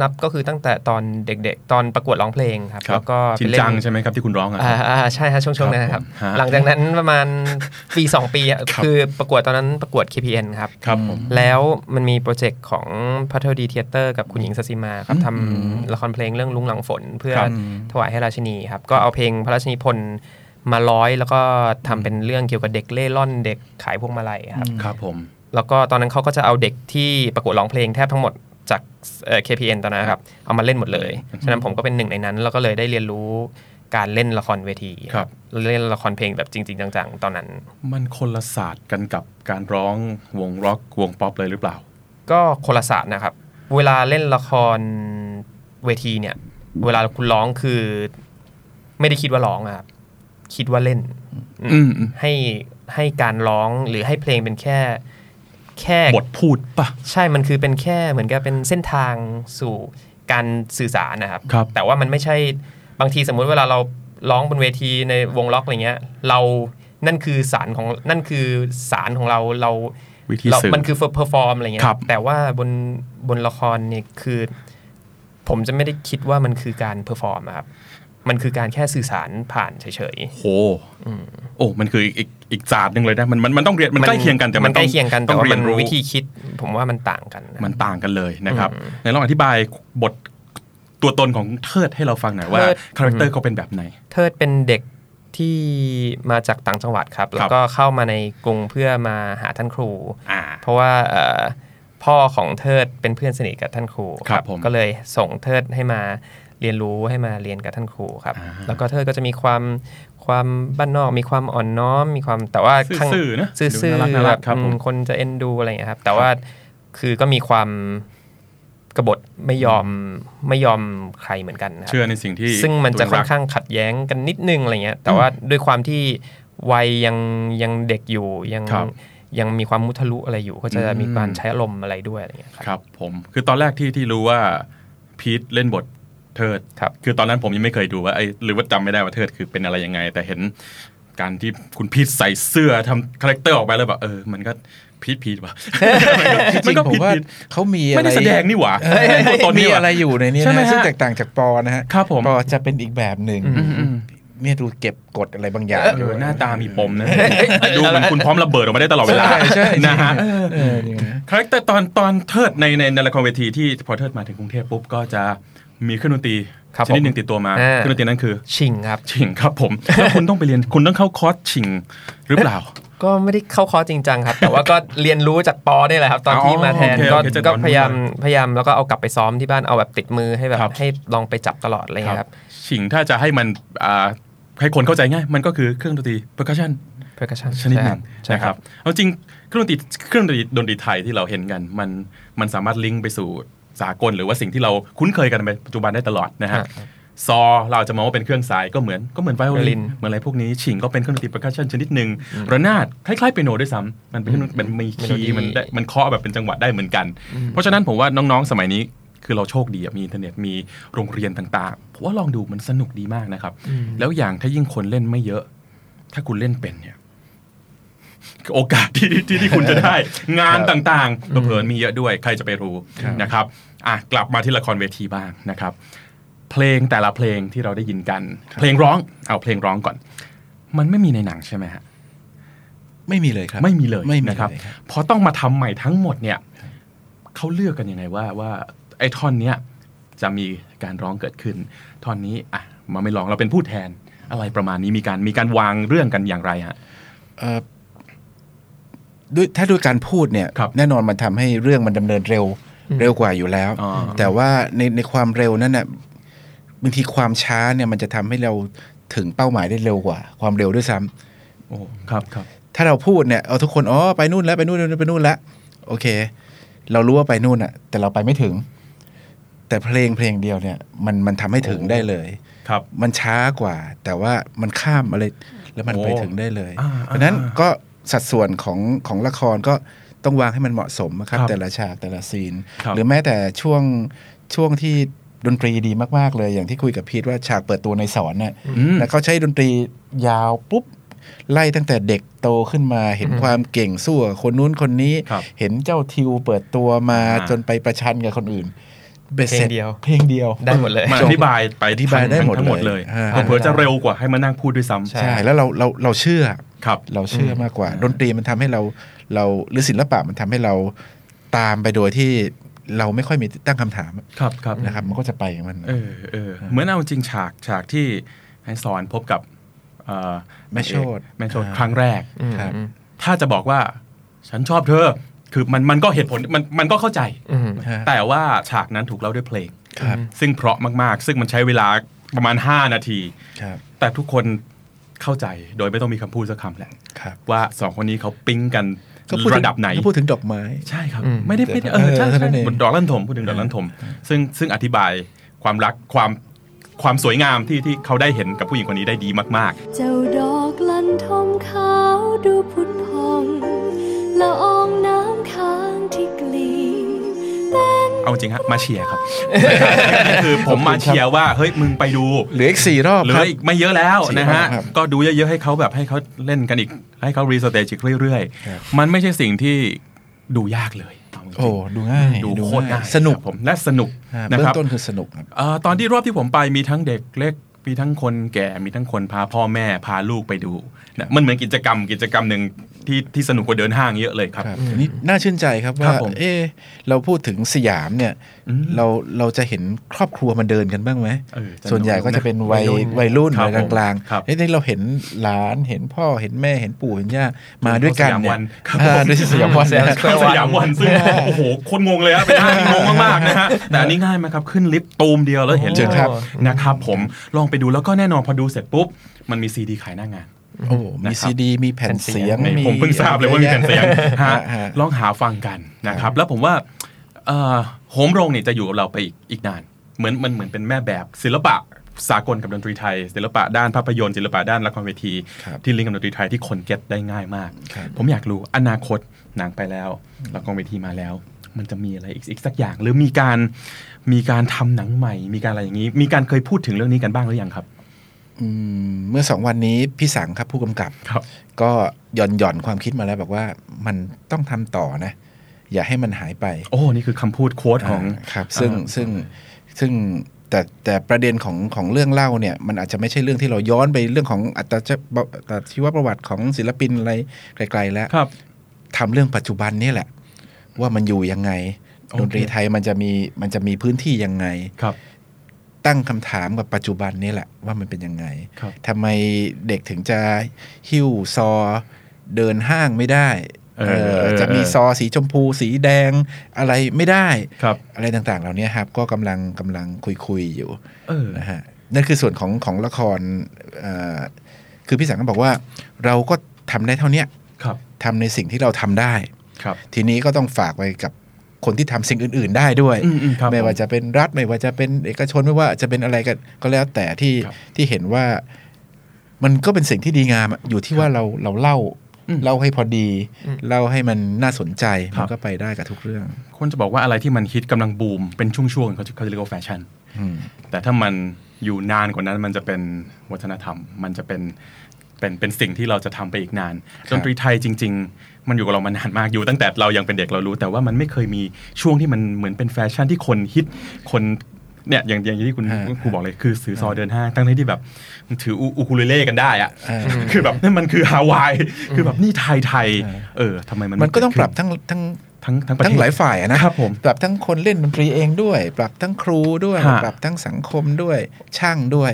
Speaker 4: นับก็คือตั้งแต่ตอนเด็กๆ ตอนประกวดร้องเพลงครับ แล้วก็
Speaker 3: ชิ
Speaker 4: ไป
Speaker 3: น
Speaker 4: เล่น
Speaker 3: จังใช่ไหมครับที่คุณร้องอ่ะ
Speaker 4: อ่าอ่าใช่ฮะช่วงช่วงนั้นนะครับ
Speaker 3: ผมฮะ
Speaker 4: หลังจากนั้นประมาณ *laughs* ปี 2 ปีอะ
Speaker 3: ครับ
Speaker 4: คือประกวดตอนนั้นประกวด KPN ครับ
Speaker 3: ครับผม
Speaker 4: แล้วมันมีโปรเจกต์ของพัทรดีเทเตอร์กับคุณหญิงสศิมาครับทำละครเพลงเรื่องลุงหลังฝน เพื่อถวายให้ราชินีครับ ก็เอาเพลงพระราชนิพนธ์มาร้อยแล้วก็ทำเป็นเรื่องเกี่ยวกับเด็กเล่ร่อนเด็กขายพวงมาลัยครับ
Speaker 3: ครับผม
Speaker 4: แล้วก็ตอนนั้นเขาก็จะเอาเด็กที่ประกวดร้องเพลงแทบทั้งหมดจากเอ่อ KPN ตอนนั้นนะครับ เอามาเล่นหมดเลย ฉะนั้นผมก็เป็นหนึ่งในนั้น แล้วก็เลยได้เรียนรู้การเล่นละครเวที
Speaker 3: ครับ
Speaker 4: เล่นละครเพลงแบบจริง ๆ จังๆ ตอนนั้น
Speaker 3: มันคนละศาสตร์กันกับการร้องวงร็อกวงป๊อปเลยหรือเปล่า
Speaker 4: ก็คนละศาสตร์นะครับ เวลาเล่นละครเวทีเนี่ย เวลาคุณร้องคือไม่ได้คิดว่าร้องอะครับ คิดว่าเล่น
Speaker 3: อืม
Speaker 4: ให้ให้การร้องหรือให้เพลงเป็นแค่แค่
Speaker 3: บทพูดปะ
Speaker 4: ใช่ มันคือเป็นแค่เหมือนกับเป็นเส้นทางสู่การสื่อสารนะครับ
Speaker 3: ครับ
Speaker 4: แต่ว่ามันไม่ใช่บางทีสมมุติเวลาเราร้องบนเวทีในวงล็อกอะไรเงี้ย เรา นั่นคือสารของ นั่นคือสารของเรา เรา
Speaker 3: วิธี
Speaker 4: เรา
Speaker 3: สื่อ
Speaker 4: มันคือเพอร์ฟอร์มอะไรเงี้ย
Speaker 3: ครับ
Speaker 4: แต่ว่าบนบนละครเนี่ยคือ ผมจะไม่ได้คิดว่ามันคือการเพอร์ฟอร์มอะครับ มันคือการแค่สื่อสารผ่านเฉยๆ
Speaker 3: โหโอ้มันคืออีกอีกอีกศาสตร์หนึ่งเลยนะมันมันมันต้องเรียนมันใกล้เคียงกันแต่มัน
Speaker 4: ใกล้เคียงกัน
Speaker 3: ต้
Speaker 4: แต่
Speaker 3: อง
Speaker 4: ว่า
Speaker 3: เรีย
Speaker 4: มัน
Speaker 3: นรู้
Speaker 4: วิธีคิด ผมว่ามันต่างกันนะ
Speaker 3: มันต่างกันเลยนะครับในลองอธิบายบทตัวตนของเทิดให้เราฟังหน่อยว่า
Speaker 4: เทิด
Speaker 3: คาแรคเตอร์เขาเป็นแบบไหน
Speaker 4: เทิดเป็นเด็กที่มาจากต่างจังหวัดครับ แล้วก็เข้ามาในกรุงเพื่อมาหาท่านครู
Speaker 3: อ่า
Speaker 4: เพราะว่าเอ่อพ่อของเทิดเป็นเพื่อนสนิทกับท่านครู
Speaker 3: ครับผม
Speaker 4: ก็เลยส่งเทิดให้มาเรียนรู้ให้มาเรียนกับท่านครูครับ
Speaker 3: อ่า
Speaker 4: แล้วก็เทิดก็จะมีความความบ้านนอกมีความอ่อนน้อมมีความแต่ว่าข้าง
Speaker 3: ซื่อๆนะ
Speaker 4: ซื่
Speaker 3: ดู
Speaker 4: อ
Speaker 3: น่ารัก
Speaker 4: ๆ
Speaker 3: น่ารัก
Speaker 4: แ
Speaker 3: ครับผม
Speaker 4: อืมคนจะเอ็นดูอะไรอย่างเงี้ยครับ แต่ว่าคือก็มีความกบฏไม่ยอมไม่ยอมใครเหมือนกันนะครับ
Speaker 3: เชื่อในสิ่งที่
Speaker 4: ซึ่งมันจะ
Speaker 3: ตัวเอ
Speaker 4: ค่อง นข้างขัดแย้งกันนิดนึงอะไรเงี้ย แต่ว่าด้วยความที่วัยยังยังเด็กอยู่ยัง
Speaker 3: ครับ
Speaker 4: ยังมีความมุทะลุอะไรอยู่ก็จะ
Speaker 3: อืม
Speaker 4: มีการใช้อารมณ์อะไรด้วยอะไรเงี้ยครับ
Speaker 3: ครับผมคือตอนแรกที่ที่รู้ว่าพีทเล่นบทเทิด
Speaker 4: ครับ
Speaker 3: คือตอนนั้นผมยังไม่เคยดูว่าไอ้หรือว่าจำไม่ได้ว่าเทิดคือเป็นอะไรยังไง แต่เห็นการที่คุณพีทใส่เสื้อทำคาแรคเตอร์ออกไปแล้วแบบเออ มันก็พีทพีทว่ะ *laughs*
Speaker 5: จริงๆผมว่าเขามีอะ
Speaker 3: ไม่
Speaker 5: ไร
Speaker 3: ได้แสดงนี่หว่า
Speaker 5: เอ้ย
Speaker 3: ไม่ได้ตัวตน
Speaker 5: มี
Speaker 3: นี่หว่า
Speaker 5: อะไรอยู่ในนี้
Speaker 3: ใช่ไหม
Speaker 5: นะ
Speaker 3: ฮะ
Speaker 5: ซึ่งแตกต่างจากปอนะฮะ
Speaker 3: ครับผม
Speaker 5: ปอจะเป็นอีกแบบหนึ่งเนี่ยดูเก็บกดอะไรบางอย่าง
Speaker 3: เอ
Speaker 5: อยู่
Speaker 3: อหน้าตามีปมนะ ดูเหมือนคุณพร้อมระเบิดออกมาได้ตลอดเวลา
Speaker 5: ใช่ใช่
Speaker 3: นะฮะ
Speaker 5: เออจริงนะ
Speaker 3: คาแรคเตอร์ตอนตอนเทิดในในในละครเวทีที่พอเทิดมาถึงกรุงเทพปุ๊บก็จะมีเครื่องดนตรี
Speaker 4: ครับ
Speaker 3: ชนิดหนึ่งติดตัวมา
Speaker 4: อ่า
Speaker 3: เครื่องดนตรีนั้นคือ
Speaker 4: ชิงครับ
Speaker 3: ชิงครับผมแล้วคุณต้องไปเรียนคุณต้องเข้าคอร์สชิงหรือเปล่า
Speaker 4: ก็ไม่ได้เข้าคอร์สจริงจังครับ แต่ว่าก็เรียนรู้จากปอเนี่ยแหละครับ ตอน
Speaker 3: อ๋อ
Speaker 4: ที่มาแทน
Speaker 3: โอเค
Speaker 4: ก็
Speaker 3: โอเคจะ
Speaker 4: ก็
Speaker 3: ตอนนู้น
Speaker 4: พยายามพยายามแล้วก็เอากลับไปซ้อมที่บ้านเอาแบบติดมือให้แบบ
Speaker 3: ครับ
Speaker 4: ให้ลองไปจับตลอดอะไรเงี้ยครับ
Speaker 3: ชิงถ้าจะให้มันอ่าให้คนเข้าใจง่าย มันก็คือเครื่องดนตรี percussion
Speaker 4: percussion
Speaker 3: ชนิดหนึ่ง
Speaker 4: ใช่
Speaker 3: นะ
Speaker 4: ค
Speaker 3: ค
Speaker 4: รั
Speaker 3: รั
Speaker 4: บบ
Speaker 3: เอาจริงเครื่องดนตรีเครื่องดนตรีดนตรีไทยที่เราเห็นกัน มันมันสามารถลิงก์ไปสู่สากลหรือว่าสิ่งที่เราคุ้นเคยกันในปัจจุบันได้ตลอดนะฮะซอเราจะมองว่าเป็นเครื่องสายก็เหมือนก็เหมือนไวโอลิน เหมือนอะไรพวกนี้ชิงก็เป็นเครื่องดนตรี percussion ชนิดหนึ่งระนาดคล้ายๆเปียโนด้วยซ้ำมันเป็นเครื่องดนตรีมันมีคี
Speaker 4: Melody
Speaker 3: มันได้ มันเคาะแบบเป็นจังหวะได้เหมือนกัน เพราะฉะนั้นผมว่าน้องๆ สมัยนี้คือเราโชคดีอะมีอินเทอร์เน็ตมีโรงเรียนต่างๆผมว่าลองดูมันสนุกดีมากนะครับ แล้วอย่างถ้ายิ่งคนเล่นไม่เยอะ ถ้าคุณเล่นเป็นเนี่ย โอกาสที่ที่ที่คุณจะได้ งานต่างๆเผลอๆมีเยอะด้วย ใครจะไปรู้นะครับอ่ะกลับมาที่ละครเวทีบ้างนะครับ เพลงแต่ละเพลงที่เราได้ยินกัน เพลงร้องเอาเพลงร้องก่อน มันไม่มีในหนังใช่ไหมฮะ
Speaker 5: ไม่มีเลยครับ
Speaker 3: ไม่มีเลย
Speaker 5: ไม่มี
Speaker 3: นะครับ
Speaker 5: เลย
Speaker 3: พอต้องมาทำใหม่ทั้งหมดเนี่ยเขาเลือกกันยังไงว่าว่าไอ้ท่อนเนี้ยจะมีการร้องเกิดขึ้น ท่อนนี้อ่ะมาไม่ร้องเราเป็นผู้แทนอะไรประมาณนี้มีการมีการวางเรื่องกันอย่างไรฮะ
Speaker 5: เอ่อด้วยถ้าด้วยการพูดเนี่ย
Speaker 3: ครับ
Speaker 5: แน่นอนมันทำให้เรื่องมันดำเนินเร็วเร็วกว่าอยู่แล้ว
Speaker 3: อ๋อ
Speaker 5: แต่ว่าในในความเร็วนั้นน่ะบางทีความช้าเนี่ยมันจะทำให้เราถึงเป้าหมายได้เร็วกว่า ความเร็วด้วยซ้ำ
Speaker 3: โอ้ครับครับ
Speaker 5: ถ้าเราพูดเนี่ยเอาทุกคนอ๋อไปนู่นแล้วไปนู่นแล้วไปนู่นแล้วโอเค เรารู้ว่าไปนู่นอ่ะ แต่เราไปไม่ถึง แต่เพลงเพลงเดียวเนี่ย มันมันทำให้ถึงได้เลย
Speaker 3: ครับ
Speaker 5: มันช้ากว่า แต่ว่ามันข้ามอะไร แล้วมัน
Speaker 3: โอ้
Speaker 5: ไปถึงได้เลย
Speaker 3: อ่า
Speaker 5: เพราะฉะนั้น
Speaker 3: อ่า
Speaker 5: ก็สัดส่วนของของละครก็ต้องวางให้มันเหมาะสมนะครับ
Speaker 3: ครับ
Speaker 5: แต่ละฉากแต่ละซีน
Speaker 3: ครับ
Speaker 5: หรือแม้แต่ช่วงช่วงที่ดนตรีดีมากๆเลย อย่างที่คุยกับพีทว่าฉากเปิดตัวในสอนเนี่ย
Speaker 3: อืม
Speaker 5: แล้วเขาใช้ดนตรียาวปุ๊บ ไล่ตั้งแต่เด็กโตขึ้นมาเห็นความเก่งสู้กับคนนู้นคนนี้
Speaker 3: ครับ
Speaker 5: เห็นเจ้าทิวเปิดตัวมา
Speaker 3: อ่า
Speaker 5: จนไปประชันกับคนอื่น เบ็ด
Speaker 4: เพล
Speaker 5: เสร็
Speaker 4: ง
Speaker 5: จ
Speaker 4: เดียว
Speaker 5: เพลงเดียว
Speaker 4: ได้หมดเลย
Speaker 3: มันอธิบายไป
Speaker 5: อธิบายได้หมด
Speaker 3: ทั้งหมด
Speaker 5: เล
Speaker 3: เลย ย
Speaker 5: อ่า
Speaker 3: เผื่อจะเร็วกว่าให้มานั่งพูดด้วยซ้
Speaker 4: ใช่
Speaker 5: ใช่แล้วเราเราเราเชื่อ
Speaker 3: ำครับ
Speaker 5: เราเชื่อมากกว่า ดนตรีมันทำให้เราเราหรือศิลปะมันทำให้เราตามไปโดยที่เราไม่ค่อยมีตั้งคำถาม
Speaker 3: ครับครับ
Speaker 5: นะครับ มันก็จะไปของมัน
Speaker 3: เออเออเหมือนเอาจริงฉากฉากที่ไอซอนพบกับเอ่อ
Speaker 5: แม่โชติ
Speaker 3: แมชโชด
Speaker 5: อ่า
Speaker 3: ครั้งแรก
Speaker 4: อืม
Speaker 5: ครับ
Speaker 4: อืม
Speaker 3: ถ้าจะบอกว่าฉันชอบเธอ คือมันมันก็เหตุผลมันมันก็เข้าใจ
Speaker 4: อืม
Speaker 5: ฮะ
Speaker 3: แต่ว่าฉากนั้นถูกเล่าด้วยเพลง
Speaker 5: ครับ
Speaker 3: ซึ่งเพราะมากๆ ซึ่งมันใช้เวลาประมาณ 5 นาที
Speaker 5: ครับ
Speaker 3: แต่ทุกคนเข้าใจโดยไม่ต้องมีคำพูดสักคำแหละ
Speaker 5: ครับ
Speaker 3: ว่าสองคนนี้เขาปิ๊งกัน
Speaker 5: ก็พูถึง
Speaker 3: ระดับไหน
Speaker 5: ก็พูดถึงดอกไม้
Speaker 3: ใช่ครับ
Speaker 4: อืม
Speaker 3: ไม่ได้ไม่ได้เอ
Speaker 5: เอ
Speaker 3: อ
Speaker 5: อ
Speaker 3: ใช่
Speaker 5: เท่านั้
Speaker 3: ใช่
Speaker 5: นเอง
Speaker 3: บนดอกลั่นทมพูดถึงดอกลั่นทม ซึ่งซึ่งอธิบายความรักความความสวยงามที่ที่เขาได้เห็นกับผู้หญิงคนนี้ได้ดีมาก
Speaker 6: เจ้าดอกลันทมขาวดูพุดพองละอองน้ำค้างที่กลีเป็น
Speaker 3: ๆ เอาจริงฮะมาเชียร์ครับ นี่คือผมมาเชียร์ว่าเฮ้ยมึงไปดู
Speaker 5: เหลืออีกสี่รอบ
Speaker 3: เหลื
Speaker 5: ค
Speaker 3: อ
Speaker 5: รับ
Speaker 3: อีกไม่เยอะแล้ว
Speaker 5: สี่
Speaker 3: นะฮะ
Speaker 5: รอบครับ
Speaker 3: ก็ดูเยอะๆให้เขาแบบให้เขาเล่นกันอีก ให้เขารีสเตจอีกเรื่อย
Speaker 5: ครับ
Speaker 3: ๆ มันไม่ใช่สิ่งที่ดูยากเลยเาจริงๆ
Speaker 5: โอ้ดูง่าย
Speaker 3: ดูโคตรง่าย
Speaker 5: สนุก
Speaker 3: ครับผมและสนุก
Speaker 5: อ่า
Speaker 3: นะ
Speaker 5: เบื้อ
Speaker 3: ครับ
Speaker 5: งต้นคือสนุกครับ
Speaker 3: เอ่อตอนที่รอบที่ผมไปมีทั้งเด็กเล็กมีทั้งคนแก่มีทั้งคนพาพ่อแม่พาลูกไปดูนะมันเหมือนกิจกรรมกิจกรรมหนึ่งที่ที่สนุกกว่าเดินห้างเยอะเลยครับ
Speaker 5: ครับอันนี้น่าชื่นใจครับ
Speaker 3: ค
Speaker 5: ว่า
Speaker 3: รับผม
Speaker 5: เออเราพูดถึงสยามเนี่ย
Speaker 3: อืม
Speaker 5: เราเราจะเห็นครอบครัวมันเดินกันบ้างไหม
Speaker 3: เออจะ
Speaker 5: ส่วนใหญ่ก็จะเป็นวัย
Speaker 4: วัยรุ่น
Speaker 5: วัย
Speaker 3: ครับ
Speaker 5: รุ่นวัยกลาง
Speaker 3: ครับ
Speaker 5: ๆเอ้ยนี่เราเห็นหลานเห็นพ่อเห็นแม่เห็นปู่เห็นย่ามาด้วยกันเนี่ย
Speaker 3: ครับ
Speaker 5: อ่า
Speaker 3: ผม
Speaker 5: ด้วยสยามวันนะ
Speaker 3: เข้าสยามวันซึ่งโอ้โหคนงงเลยครับเป็นห้างที่งงมากๆนะฮะแต่อันนี้ง่ายไหมครับขึ้นลิฟต์ตูมเดียวแล้วเห็น
Speaker 5: เจอครับ
Speaker 3: นะครับผมลองไปดูแล้วก็แน่นอนพอดูเสร็จปุ๊บ มันมีซีดีขายหน้างาน
Speaker 5: *laughs* โอ้โหมี
Speaker 3: นะครับ
Speaker 5: ซีดี มีแผ่นเสียง
Speaker 3: ไม่ผมเพิ่งทราบเลยว่ามีแผ่นเสียงฮะ
Speaker 5: ฮะ
Speaker 3: ลองหาฟังกันนะครับ แล้วผมว่าเอ่อโฮมโรงเนี่ยจะอยู่กับเราไปอีกอีกนาน เหมือนมันเหมือนเป็นแม่แบบศิลปะสากลกับดนตรีไทย ศิลปะด้านภาพยนตร์ศิลปะด้านละครเวที
Speaker 5: ครับ
Speaker 3: ที่ลิงก์กับดนตรีไทยที่คนเก็ตได้ง่ายมาก
Speaker 5: ครับ
Speaker 3: ผมอยากรู้อนาคตหนังไปแล้วละครเวทีมาแล้ว มันจะมีอะไรอีกอีกสักอย่าง หรือมีการมีการทำหนังใหม่ มีการอะไรอย่างนี้ มีการเคยพูดถึงเรื่องนี้กันบ้างหรือยังครับ
Speaker 5: อืมเมื่อสองวันนี้พี่สังครับผู้กำกับ
Speaker 3: ครับ
Speaker 5: ก็หย่อนหย่อนๆความคิดมาแล้วบอกว่ามันต้องทำต่อนะ อย่าให้มันหายไป
Speaker 3: โอ้นี่คือคำพูดโค้ดของ
Speaker 5: อ่าครับซึ่ง
Speaker 3: อ่า
Speaker 5: ซึ่งซึ่งแต่แต่ประเด็นของของเรื่องเล่าเนี่ยมันอาจจะไม่ใช่เรื่องที่เราย้อนไปเรื่องของอัตจะอัตชีวประวัติของศิลปินอะไรไกลๆแล้ว
Speaker 3: ครับ
Speaker 5: ทำเรื่องปัจจุบันนี่แหละ ว่ามันอยู่ยังไง
Speaker 3: โอเค
Speaker 5: ดนตรีไทยมันจะมีมันจะมีพื้นที่ยังไง
Speaker 3: ครับ
Speaker 5: ตั้งคำถามกับปัจจุบันนี่แหละว่ามันเป็นยังไง
Speaker 3: ครับ
Speaker 5: ทำไมเด็กถึงจะหิ้วซอเดินห้างไม่ได้
Speaker 3: เออ
Speaker 5: เออ
Speaker 3: เออ
Speaker 5: จะมีซอสีชมพู สีแดงอะไรไม่ได้
Speaker 3: ครับ
Speaker 5: อะไรต่างๆ เหล่านี้ครับก็กำลังกำลังคุยคุยๆอยู่
Speaker 3: เออ
Speaker 5: นะฮะนั่นคือส่วนของของละครเอ่อคือพี่สังก็บอกว่า เราก็ทำได้เท่าเนี้ย
Speaker 3: ครับ
Speaker 5: ทำในสิ่งที่เราทำได้
Speaker 3: ครับ
Speaker 5: ทีนี้ก็ต้องฝากไว้กับคนที่ทำสิ่งอื่น ๆ ได้ด้วย
Speaker 3: อืมอืมครับ
Speaker 5: ไม่ว่า
Speaker 3: ผม
Speaker 5: จะเป็นรัฐไม่ว่าจะเป็นเอกชนไม่ว่าจะเป็นอะไรกันก็แล้วแต่ที่
Speaker 3: ครับ
Speaker 5: ที่เห็นว่ามันก็เป็นสิ่งที่ดีงามอะอยู่ที่ว่าเราเราเล่า
Speaker 3: อืม
Speaker 5: เล่าให้พอดี เล่าให้มันน่าสนใจ
Speaker 3: ครั
Speaker 5: มั
Speaker 3: บ
Speaker 5: นก็ไปได้กับทุกเรื่อง
Speaker 3: คนจะบอกว่าอะไรที่มันฮิตกำลังบูม เป็นช่วงๆเขาจะเขาจะเรียกว่าแฟชั่น
Speaker 5: อืม
Speaker 3: แต่ถ้ามันอยู่นานกว่านั้นมันจะเป็นวัฒนธรรม มันจะเป็นเป็นเป็นสิ่งที่เราจะทำไปอีกนาน
Speaker 5: ครับ
Speaker 3: ดนตรีไทยจริง ๆ มันอยู่กับเรามานานมากอยู่ตั้งแต่เรายังเป็นเด็กเรารู้ แต่ว่ามันไม่เคยมีช่วงที่มันเหมือนเป็นแฟชั่นที่คนฮิตคนเนี่ยอย่างอย่างที่คุณครูบอกเลยคือซื้อซอเดินห้างตั้งที่แบบถืออูคูเลเล่กันได้อะคือแบบนั่นมันคือฮาวายคือแบบนี่ไทยไทยเออทำไมมัน
Speaker 5: มันก็ต้องปรับ
Speaker 3: เด
Speaker 5: ทั้งทั้ง
Speaker 3: ขึ้นทั้งทั้งประเทศ
Speaker 5: ทั้งหลายฝ่ายอะนะครับ
Speaker 3: ผม
Speaker 5: ปรับทั้งคนเล่นดนตรีเองด้วย ปรับทั้งครูด้วย
Speaker 3: ฮะ
Speaker 5: ปรับทั้งสังคมด้วย ช่างด้วย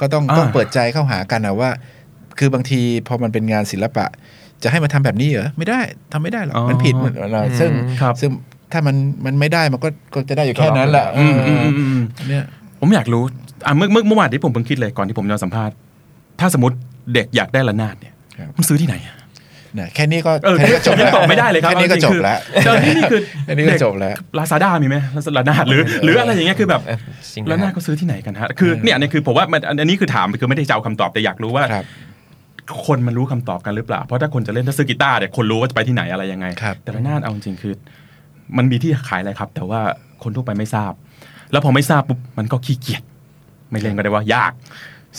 Speaker 5: ก็ต้อง
Speaker 3: อ่า
Speaker 5: ต้องเปิดใจเข้าหากันนะว่า คือบางทีพอมันเป็นงานศิลปะ จะให้มาทำแบบนี้เหรอไม่ได้ทำไม่ได้หรอกมันผิดมันเราซึ่ง
Speaker 3: ครับ
Speaker 5: ซึ่งถ้ามันมันไม่ได้มันก็ก็จะได้อยู่แค่นั้นแหละ
Speaker 3: อืมอืมอืมอืม
Speaker 5: เนี่ย
Speaker 3: ผมอยากรู้อ่ะเมื่อเมื่อเมื่อวานที่ผมเพิ่งคิดเลยก่อนที่ผมจะสัมภาษณ์ ถ้าสมมติเด็กอยากได้ระนาดเนี่ย
Speaker 5: ครับ
Speaker 3: มันซื้อที่ไหนอะ
Speaker 5: นะแค่นี้ก็
Speaker 3: เออ
Speaker 5: แค่นี้ก็จบ
Speaker 3: ยั
Speaker 5: แล้
Speaker 3: ง
Speaker 5: ว
Speaker 3: ตอบไม่ได้เลยครับ
Speaker 5: แค่นี้ก็จบแล้ว
Speaker 3: เออนี่นี่คือ
Speaker 5: แค่นี้ก็จบแล้ว
Speaker 3: ลาซาด้ามีไหมลาซาด้าหรือ หรืออะไรอย่างเงี้ยคือแบบ
Speaker 4: เอ่อจริง
Speaker 3: ระนา
Speaker 4: นะ
Speaker 3: ดเขาซื้อที่ไหนกันฮะคือเนี่ยเนี่ยคือผมว่ามันอันอันนี้คือถามคือไม่ได้จะเอาคำตอบแต่อยากรู้ว่า
Speaker 5: ครับ
Speaker 3: คนมันรู้คำตอบกันหรือเปล่า เพราะถ้าคนจะเล่นถ้าซื้อกีตาร์เนี่ยคนรู้ว่าจะไปที่ไหนอะไรยังไง
Speaker 5: ครับ
Speaker 3: แต่ระนาดเอาจริงๆคือ มันมีที่ขายอะไรครับ แต่ว่าคนทั่วไปไม่ทราบ แล้วพอไม่ทราบปุ๊บมันก็ขี้เกียจไม่เล่นก็ได้ว่ายาก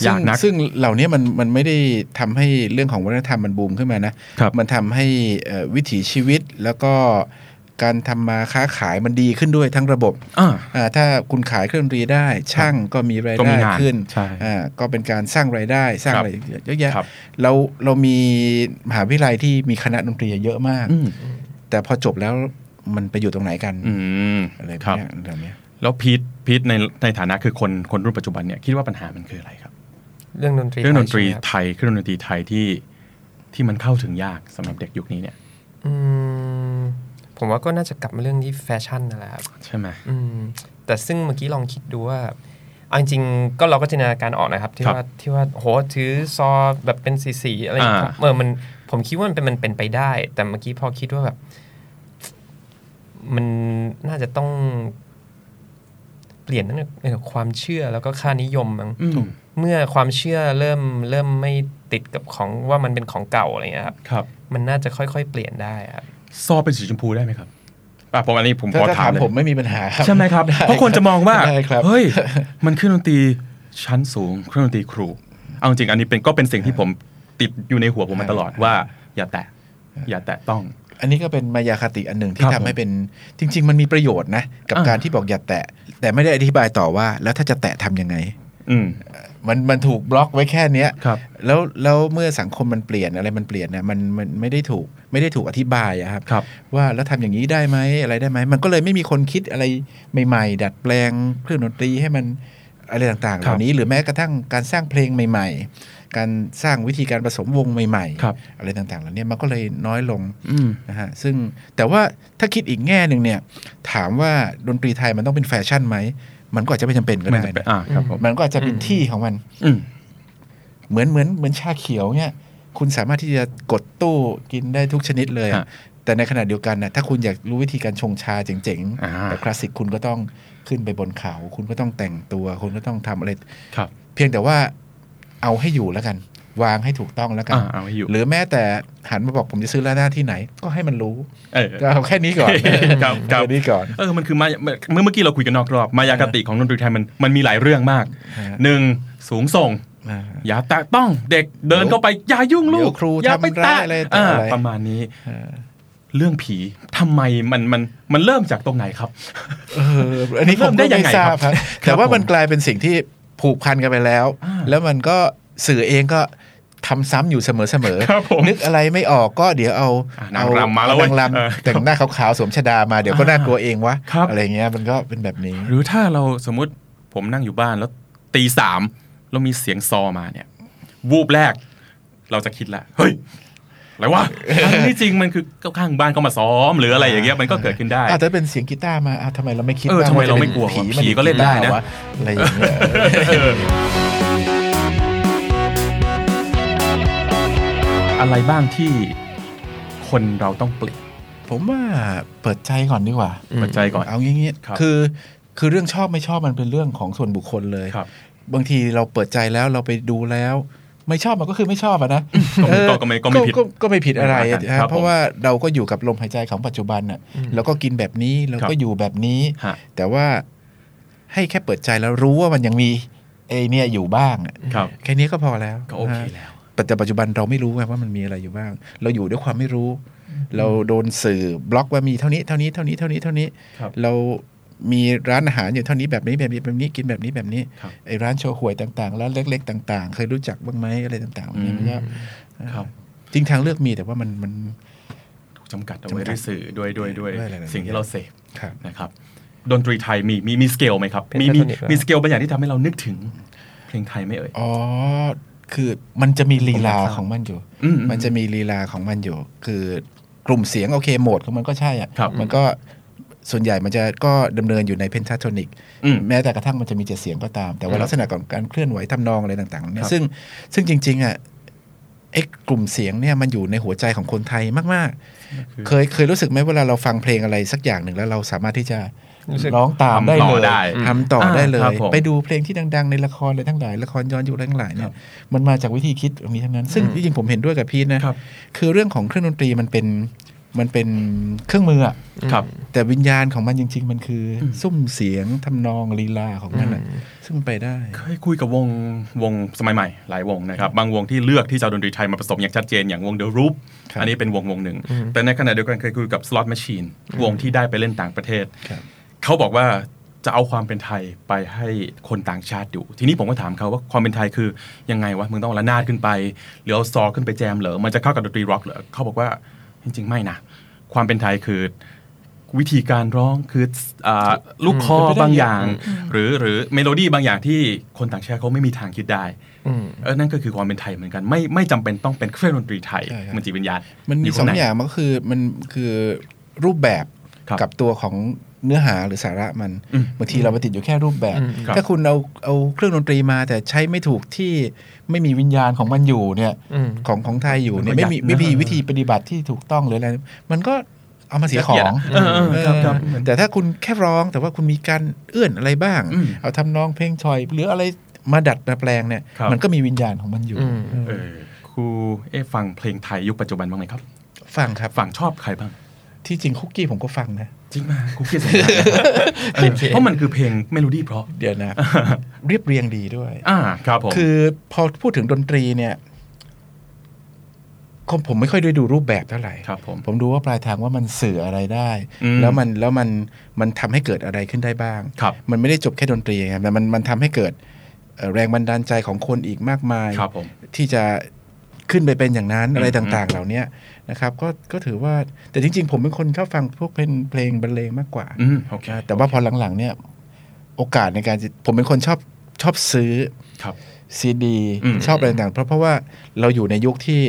Speaker 5: ซึ่
Speaker 3: ยาง กนัก
Speaker 5: ซึ่งเหล่านี้มันมันไม่ได้ทำให้เรื่องของวัฒนธรรมมันบูมขึ้นมานะ
Speaker 3: ครับ
Speaker 5: มันทำให้เอ่อวิถีชีวิตแล้วก็ การทำมาค้าขายมันดีขึ้นด้วยทั้งระบบ
Speaker 3: อ่า
Speaker 5: อ่าถ้าคุณขายเครื่องดนตรีได้ ช่างก็มีราย
Speaker 3: ก็มี
Speaker 5: ได้
Speaker 3: งาน
Speaker 5: ขึ้น
Speaker 3: ใช่
Speaker 5: อ่าก็เป็นการสร้างรายได้สร้าง
Speaker 3: ครับ
Speaker 5: อะไรเยอะแยะ
Speaker 3: ครับ
Speaker 5: เราเรามีมหาวิทยาลัยที่มีคณะดนตรีเยอะมาก
Speaker 3: อืม
Speaker 5: แต่พอจบแล้วมันไปอยู่ตรงไหนกัน
Speaker 3: อืม
Speaker 5: อะไรแบ
Speaker 3: ครับ บ
Speaker 5: เนี้ยเรื่องเนี้ย
Speaker 3: แล้วพีทพีทในในฐานะคือคนคนรุ่นปัจจุบันเนี่ยคิดว่าปัญหามันคืออะไรครับ
Speaker 4: เรื่องดนตรี
Speaker 3: เครื่องดนตรี
Speaker 4: ไทย
Speaker 3: ไทย
Speaker 4: ใช่ไหมครับ
Speaker 3: เครื่องดนตรีไทยที่ที่มันเข้าถึงยากสำหรับเด็กยุคนี้เนี่ย
Speaker 4: อืมผมว่าก็น่าจะกลับมาเรื่องที่แฟชั่นนั่นแหละครับ
Speaker 3: ใช่ไหม
Speaker 4: อืมแต่ซึ่งเมื่อกี้ลองคิดดูว่าเอาจริงๆก็เราก็จินตนาการออกนะครับ ที่
Speaker 3: ครับ
Speaker 4: ว่าที่ว่าโหถือซอแบบเป็นสีสีๆอะไรอย่างเงี้ย
Speaker 3: อ่า
Speaker 4: ผมเออมันผมคิดว่ามันเป็นมันเป็นไปได้ แต่เมื่อกี้พอคิดว่าแบบ มันน่าจะต้อง เปลี่ยนนั่นเองความเชื่อแล้วก็ค่านิยมมั้ง
Speaker 3: อืม
Speaker 4: เมื่อความเชื่อเริ่มเริ่มไม่ติดกับของว่ามันเป็นของเก่าอะไรเงี้ยครับ
Speaker 3: ครับ
Speaker 4: มันน่าจะค่อยๆ เปลี่ยนได้ครับ
Speaker 3: ซอเป็นสีชมพูได้ไหมครับอ่ะผมอันนี้ผม
Speaker 5: ถ้า
Speaker 3: ขอ
Speaker 5: ถ้า
Speaker 3: ถา
Speaker 5: ถาม ม
Speaker 3: เลย
Speaker 5: ผมไม่มีปัญหา
Speaker 3: ใช่ไหมครับ
Speaker 5: ได้
Speaker 3: เพราะคนจะมองว่า
Speaker 5: ได้ครับ
Speaker 3: เฮ้ย มันเครื่องดนตรีชั้นสูง เครื่องดนตรีครู เอาจริงอันนี้เป็นก็เป็นสิ่งที่ผมติดอยู่ในหัวผมมาตลอดว่า อย่าแตะ อย่าแตะต้อง
Speaker 5: อันนี้ก็เป็นมายาคติอันหนึ่งที่
Speaker 3: ครับ
Speaker 5: ทำให้เป็นจริง ๆ มันมีประโยชน์นะ กับ
Speaker 3: อ่า
Speaker 5: การที่บอกอย่าแตะ แต่ไม่ได้อธิบายต่อว่า แล้วถ้าจะแตะทำยังไง
Speaker 3: อืม
Speaker 5: มันมันถูกบล็อกไว้แค่เนี้ย
Speaker 3: ครับ
Speaker 5: แล้วแล้วเมื่อสังคมมันเปลี่ยนอะไรมันเปลี่ยนนะมันมันไม่ได้ถูกไม่ได้ถูกอธิบายอะครับ
Speaker 3: ครับ
Speaker 5: ว่าแล้วทำอย่างนี้ได้ไหมอะไรได้ไหม มันก็เลยไม่มีคนคิดอะไรใหม่ ๆ ดัดแปลงเครื่องดนตรีให้มันอะไรต่างๆ
Speaker 3: ครับ
Speaker 5: เหล่านี้หรือแม้กระทั่งการสร้างเพลงใหม่ ๆ การสร้างวิธีการผสมวงใหม่
Speaker 3: ครับ
Speaker 5: ๆ อะไรต่างๆเหล่านี้มันก็เลยน้อยลง
Speaker 3: อืม
Speaker 5: นะฮะซึ่งแต่ว่าถ้าคิดอีกแง่หนึ่งเนี่ย ถามว่าดนตรีไทยมันต้องเป็นแฟชั่นไหม มันก็อาจจะไม่จำเป็นก็
Speaker 3: ไม่
Speaker 5: ได้
Speaker 3: จำเป็น
Speaker 5: นะ
Speaker 3: อ่าครับผม
Speaker 5: มันก็อาจจะเป็นที่ของมัน
Speaker 3: อืม
Speaker 5: เหมือนเหมือนเหมือนชาเขียวเนี่ย คุณสามารถที่จะกดตู้กินได้ทุกชนิดเลยอะ
Speaker 3: ฮะ
Speaker 5: แต่ในขณะเดียวกันนะถ้าคุณอยากรู้วิธีการชงชาเจ๋ง
Speaker 3: อ่า
Speaker 5: ๆแบบคลาสสิกคุณก็ต้องขึ้นไปบนเขา คุณก็ต้องแต่งตัว คุณก็ต้องทำอะไร
Speaker 3: ครับ
Speaker 5: เพียงแต่ว่าเอาให้อยู่แล้วกัน วางให้ถูกต้องแล้วกัน
Speaker 3: อ่าเอาให้อยู่
Speaker 5: หรือแม้แต่หันมาบอกผมจะซื้อร้านหน้าที่ไหน ก็ให้มันรู้
Speaker 3: เออ
Speaker 5: เราแค่นี้ก่อน
Speaker 3: ครับครับ
Speaker 5: แนี้ก่อน
Speaker 3: เออ มันคือมายเมื่อเมื่อกี้เราคุยกันนอกรอบ มายากติของดนตรีไทยมันมันมีหลายเรื่องมาก
Speaker 5: ฮะ
Speaker 3: หนึ่งสูงส่ง
Speaker 5: อ่า
Speaker 3: อย่าแตะต้องเด็กเดินเข้าไป อย่ายุ่งลูก
Speaker 5: เดี๋ยวครู
Speaker 3: อย่าไป
Speaker 5: ทำร้ายอะไรต่อ
Speaker 3: อ่า
Speaker 5: อะไร
Speaker 3: ประมาณนี้ เรื่องผีทำไมมันมันมันเริ่มจากตรงไหนครับ
Speaker 5: เอออันนี้
Speaker 3: เริ่
Speaker 5: ผม ม
Speaker 3: ได้
Speaker 5: ได้
Speaker 3: ยั
Speaker 5: ยังง
Speaker 3: ไง
Speaker 5: ไง
Speaker 3: ค
Speaker 5: ท
Speaker 3: รับ
Speaker 5: ราบครับ
Speaker 3: ครั
Speaker 5: แต่
Speaker 3: บ
Speaker 5: ว่ามัน
Speaker 3: ผม
Speaker 5: กลายเป็นสิ่งที่ผูกพันกันไปแล้ว
Speaker 3: อ่า
Speaker 5: แล้วมันก็สื่อเองก็ทำซ้ำอยู่เสมอ
Speaker 3: ครับผม
Speaker 5: ๆนึกอะไรไม่ออกก็เดี๋ยวเอา
Speaker 3: อ่ะนาง
Speaker 5: เอา
Speaker 3: รำมาแล้ว
Speaker 5: เอ
Speaker 3: เว้ย
Speaker 5: นางร
Speaker 3: เออ
Speaker 5: ำแต่งหน้าขาวๆสวมชดามาเดี๋ยวก็น่ากลัวเองวะ
Speaker 3: ครับ
Speaker 5: อะไรเงี้ยมันก็เป็นแบบนี้
Speaker 3: หรือถ้าเราสมมุติผมนั่งอยู่บ้านแล้วตีสามแล้วมีเสียงซอมาเนี่ย วูบแรก เราจะคิดละเฮ้ยอะไรวะอันนี้จริงมันคือข้างบ้านเขามาซ้อม หรืออะไรอย่างเงี้ยมันก็เกิดขึ้นได้
Speaker 5: อาจจะเป็นเสียงกีตาร์มาอ่ะทำไมเราไม่คิด
Speaker 3: เออ
Speaker 5: บ้ง
Speaker 3: ทำไม
Speaker 5: ว่จะ
Speaker 3: เราไม่
Speaker 5: ป็
Speaker 3: กลัววะ
Speaker 5: ผี
Speaker 3: ผีก็เล่นได้นะ
Speaker 5: มัเป็กีตาร์วอะไรอย่างเงี้ย
Speaker 3: อะไรบ้างที่คนเราต้องเปลี่ยน
Speaker 5: ผมว่าเปิดใจก่อนดีกว่า
Speaker 3: ปัจจัยก่อน
Speaker 5: เอางี้งี้
Speaker 3: ครับ
Speaker 5: คือคือเรื่องชอบไม่ชอบมันเป็นเรื่องของส่วนบุคคลเลย
Speaker 3: ครับ
Speaker 5: บางทีเราเปิดใจแล้วเราไปดูแล้ว ไม่ชอบมันก็คือไม่ชอบอะนะ
Speaker 3: ก็ไม่
Speaker 5: เออ
Speaker 3: ก็ไม่ก็ไม่ผิด
Speaker 5: ก็ไม่ผิดอะไรอะ
Speaker 3: ครับผม
Speaker 5: เพราะว่าเราก็อยู่กับลมหายใจของปัจจุบันน่ะเราก็กินแบบนี้เรา
Speaker 3: ครั
Speaker 5: ก็
Speaker 3: บ
Speaker 5: อยู่แบบนี้
Speaker 3: ฮะ
Speaker 5: แต่ว่าให้แค่เปิดใจแล้วรู้ว่ามันยังมีเอเนี่ยอยู่บ้างอะ
Speaker 3: ครับ
Speaker 5: แค่นี้ก็พอแล้ว
Speaker 3: ก็โอเค
Speaker 5: นะ
Speaker 3: แล้ว
Speaker 5: แต่ปัจจุบันเราไม่รู้ไงว่ามันมีอะไรอยู่บ้าง เราอยู่ด้วยความไม่รู้ เราโดนสื่อบล็อกว่ามีเท่านี้เท่านี้เท่านี้เท่านี้เท่านี้
Speaker 3: ครับ
Speaker 5: เรามีร้านอาหารอยู่เท่านี้แบบนี้แบบนี้แบบนี้กินแบบนี้แบบนี้
Speaker 3: ครับ
Speaker 5: ไอ้ร้านโชห่วยต่างๆร้านเล็ก ๆ ต่าง ๆ เคยรู้จักบ้างไหมอะไรต่างๆเหล่านี้มันก็
Speaker 3: ครับ
Speaker 5: จริงทางเลือกมีแต่ว่ามันมัน
Speaker 3: ถูกจำกัดเอาไว้ด้วย
Speaker 5: จำกัด
Speaker 3: สื่อด้วยด้วยด้วย
Speaker 5: ด้วยหลายๆ
Speaker 3: สิ่งที่เราเสพ
Speaker 5: ครับ
Speaker 3: นะครับ ดนตรีไทยมีมีมีสเกลไหมครับ มีมี
Speaker 4: Pentatonic
Speaker 3: มีสเกลบางอย่างที่ทำให้เรานึกถึง เพลงไทยไหม่เอ่ย
Speaker 5: อ๋อ คือมันจะมีลีลาของมันอยู่
Speaker 3: อืม
Speaker 5: มันจะมีลีลาของมันอยู่ คือกลุ่มเสียงโอเคโหมดของมันก็ใช่อะ
Speaker 3: ครับ
Speaker 5: มันก็ส่วนใหญ่มันจะก็ดำเนินอยู่ในเพนทาโทนิก
Speaker 3: อืม
Speaker 5: แม้แต่กระทั่งมันจะมีเจ็ดเสียงก็ตาม แต่
Speaker 3: ครั
Speaker 5: ว่า
Speaker 3: บ
Speaker 5: ลักษณะของการเคลื่อนไหวทำนองอะไรต่างๆเนี่
Speaker 3: ครั
Speaker 5: ย
Speaker 3: บ
Speaker 5: ซึ่งซึ่งจริงๆอ่ะไอ้กลุ่มเสียงเนี่ยมันอยู่ในหัวใจของคนไทยมากๆ เคยเคยรู้สึกไหมเวลาเราฟังเพลงอะไรสักอย่างหนึ่งแล้วเราสามารถที่จะ
Speaker 4: รู้สึก
Speaker 5: ร้องตามได้
Speaker 3: ทำต่อ
Speaker 5: เลย
Speaker 3: ได้
Speaker 5: ทำต่อได้เล
Speaker 3: ครั
Speaker 5: ย
Speaker 3: บผม
Speaker 5: ไปดูเพลงที่ดัง ๆ ในละครอะไรทั้งหลายละครย้อนยุคอะไรทั้งหลายเนี่ยมันมาจากวิธีคิดตรงนี้ทั้งนั้น ซึ่งจริงๆผมเห็นด้วยกับพี่นะครับ คือเรื่องของเครื่องดนตรีมันเป็น มันเป็นเครื่องมืออะ
Speaker 3: ครับ
Speaker 5: แต่วิญญาณของมันจริง ๆ มันคืออซุ้มเสียงทำนองลีลาของมันอะซึ่งมันไปได้
Speaker 3: เคยคุยกับวงวงสมัยใหม่หลายวงนะครับ บางวงที่เลือกที่จะเอาดนตรีไทยมาผสมอย่างชัดเจนอย่างวง The Roop
Speaker 5: ครับ
Speaker 3: อันนี้เป็นวงวงหนึ่ง แต่ในขณะเดียวกันเคยคุยกับ Slot Machine วงที่ได้ไปเล่นต่างประเทศ
Speaker 5: ครับ
Speaker 3: เขาบอกว่าจะเอาความเป็นไทยไปให้คนต่างชาติดู ทีนี้ผมก็ถามเขาว่าความเป็นไทยคือยังไงวะมึงต้องเอาระนาดขึ้นไปหรือเอาซอขึ้นไปแจมเหรอมันจะเข้ากับดนตรีร็อกเหรอเขาบอกว่าจริง ๆ ไม่นะความเป็นไทยคือ วิธีการร้องคืออาลูกคออบางอย่าง หรือหรือเมโลดี้บางอย่างที่คนต่างชาติเขาไม่มีทางคิดได้
Speaker 4: อืม
Speaker 3: เออนั่นก็คือความเป็นไทยเหมือนกัน ไม่ไม่จำเป็นต้องเป็นเครื่องดนตรีไทย
Speaker 5: ใช่ครับ
Speaker 3: มันจิตวิญญาณ
Speaker 5: มันมี
Speaker 3: ยู่
Speaker 5: ส
Speaker 3: ข้
Speaker 5: อง
Speaker 3: ใน
Speaker 5: อย่างมันก็คือมันคือรูปแบบ
Speaker 3: ครับ
Speaker 5: กับตัวของเนื้อหาหรือสาระมัน
Speaker 3: อืม
Speaker 5: บางทีเราไปติดอยู่แค่รูปแบบ
Speaker 4: อืม
Speaker 3: ครับ
Speaker 5: ถ้าคุณเอาเอาเครื่องดนตรีมาแต่ใช้ไม่ถูกที่ไม่มีวิญญาณของมันอยู่เนี่ย
Speaker 4: อืม
Speaker 5: ของของไทยอยู่เนี่ย
Speaker 3: มันก็
Speaker 5: ไม่มี
Speaker 3: ยัดเนอะ
Speaker 5: วิธีวิธีปฏิบัติที่ถูกต้องหรืออะไรมันก็เอามาเสียขอ
Speaker 3: เกียรง ติะเออเออครับครับเหมือน
Speaker 5: แต่ถ้าคุณแค่ร้องแต่ว่าคุณมีการเอื้อนอะไรบ้าง
Speaker 3: อืม
Speaker 5: เอาทำนองเพลงชอย หรืออะไรมาดัดมาแปลงเนี่ย
Speaker 3: ครับ
Speaker 5: มันก็มีวิญญาณของมันอยู่
Speaker 4: อืม
Speaker 3: เออครูเอะฟังเพลงไทยยุคปัจจุบันบ้างไหมครับ
Speaker 5: ฟังครับ
Speaker 3: ฝั่งชอบใครบ้าง
Speaker 5: ที่จริงคุกกี้ผมก็ฟังนะ
Speaker 3: จริงมากคุกกี้สงสารเออเพราะมันคือเพลงเมโลดี้เพราะ
Speaker 5: เดี๋ยวนะ *laughs* เรียบเรียงดีด้วย
Speaker 3: อ่าครับผม
Speaker 5: คือพอพูดถึงดนตรีเนี่ยผมผมไม่ค่อยได้ดูรูปแบบเท่าไหร่
Speaker 3: ครับผม
Speaker 5: ผมดูว่าปลายทางว่ามันสื่ออะไรได้
Speaker 3: อืม
Speaker 5: แล้วมันแล้วมันมันทำให้เกิดอะไรขึ้นได้บ้าง
Speaker 3: ครับ
Speaker 5: มันไม่ได้จบแค่ดนตรีไงแต่มันมันทำให้เกิดเอ่อแรงบันดาลใจของคนอีกมากมาย
Speaker 3: ครับผม
Speaker 5: ที่จะขึ้นไปเป็นอย่างนั้นอะไร
Speaker 3: อืม
Speaker 5: ต่างๆ เหล่าเนี้ยนะครับ ก็ก็ถือว่าแต่จริง ๆ ผมเป็นคนชอบฟังพวกเพลงเพลงบรรเลงมากกว่า
Speaker 3: อืมโอเค
Speaker 5: แต่ว่าพอหลังๆ เนี่ย โอกาสในการจะผมเป็นคนชอบชอบซื้อ
Speaker 3: ครับ
Speaker 5: ซีดี
Speaker 3: อืม
Speaker 5: ชอบอะไรต่างๆเพราะเพราะว่าเราอยู่ในยุคที่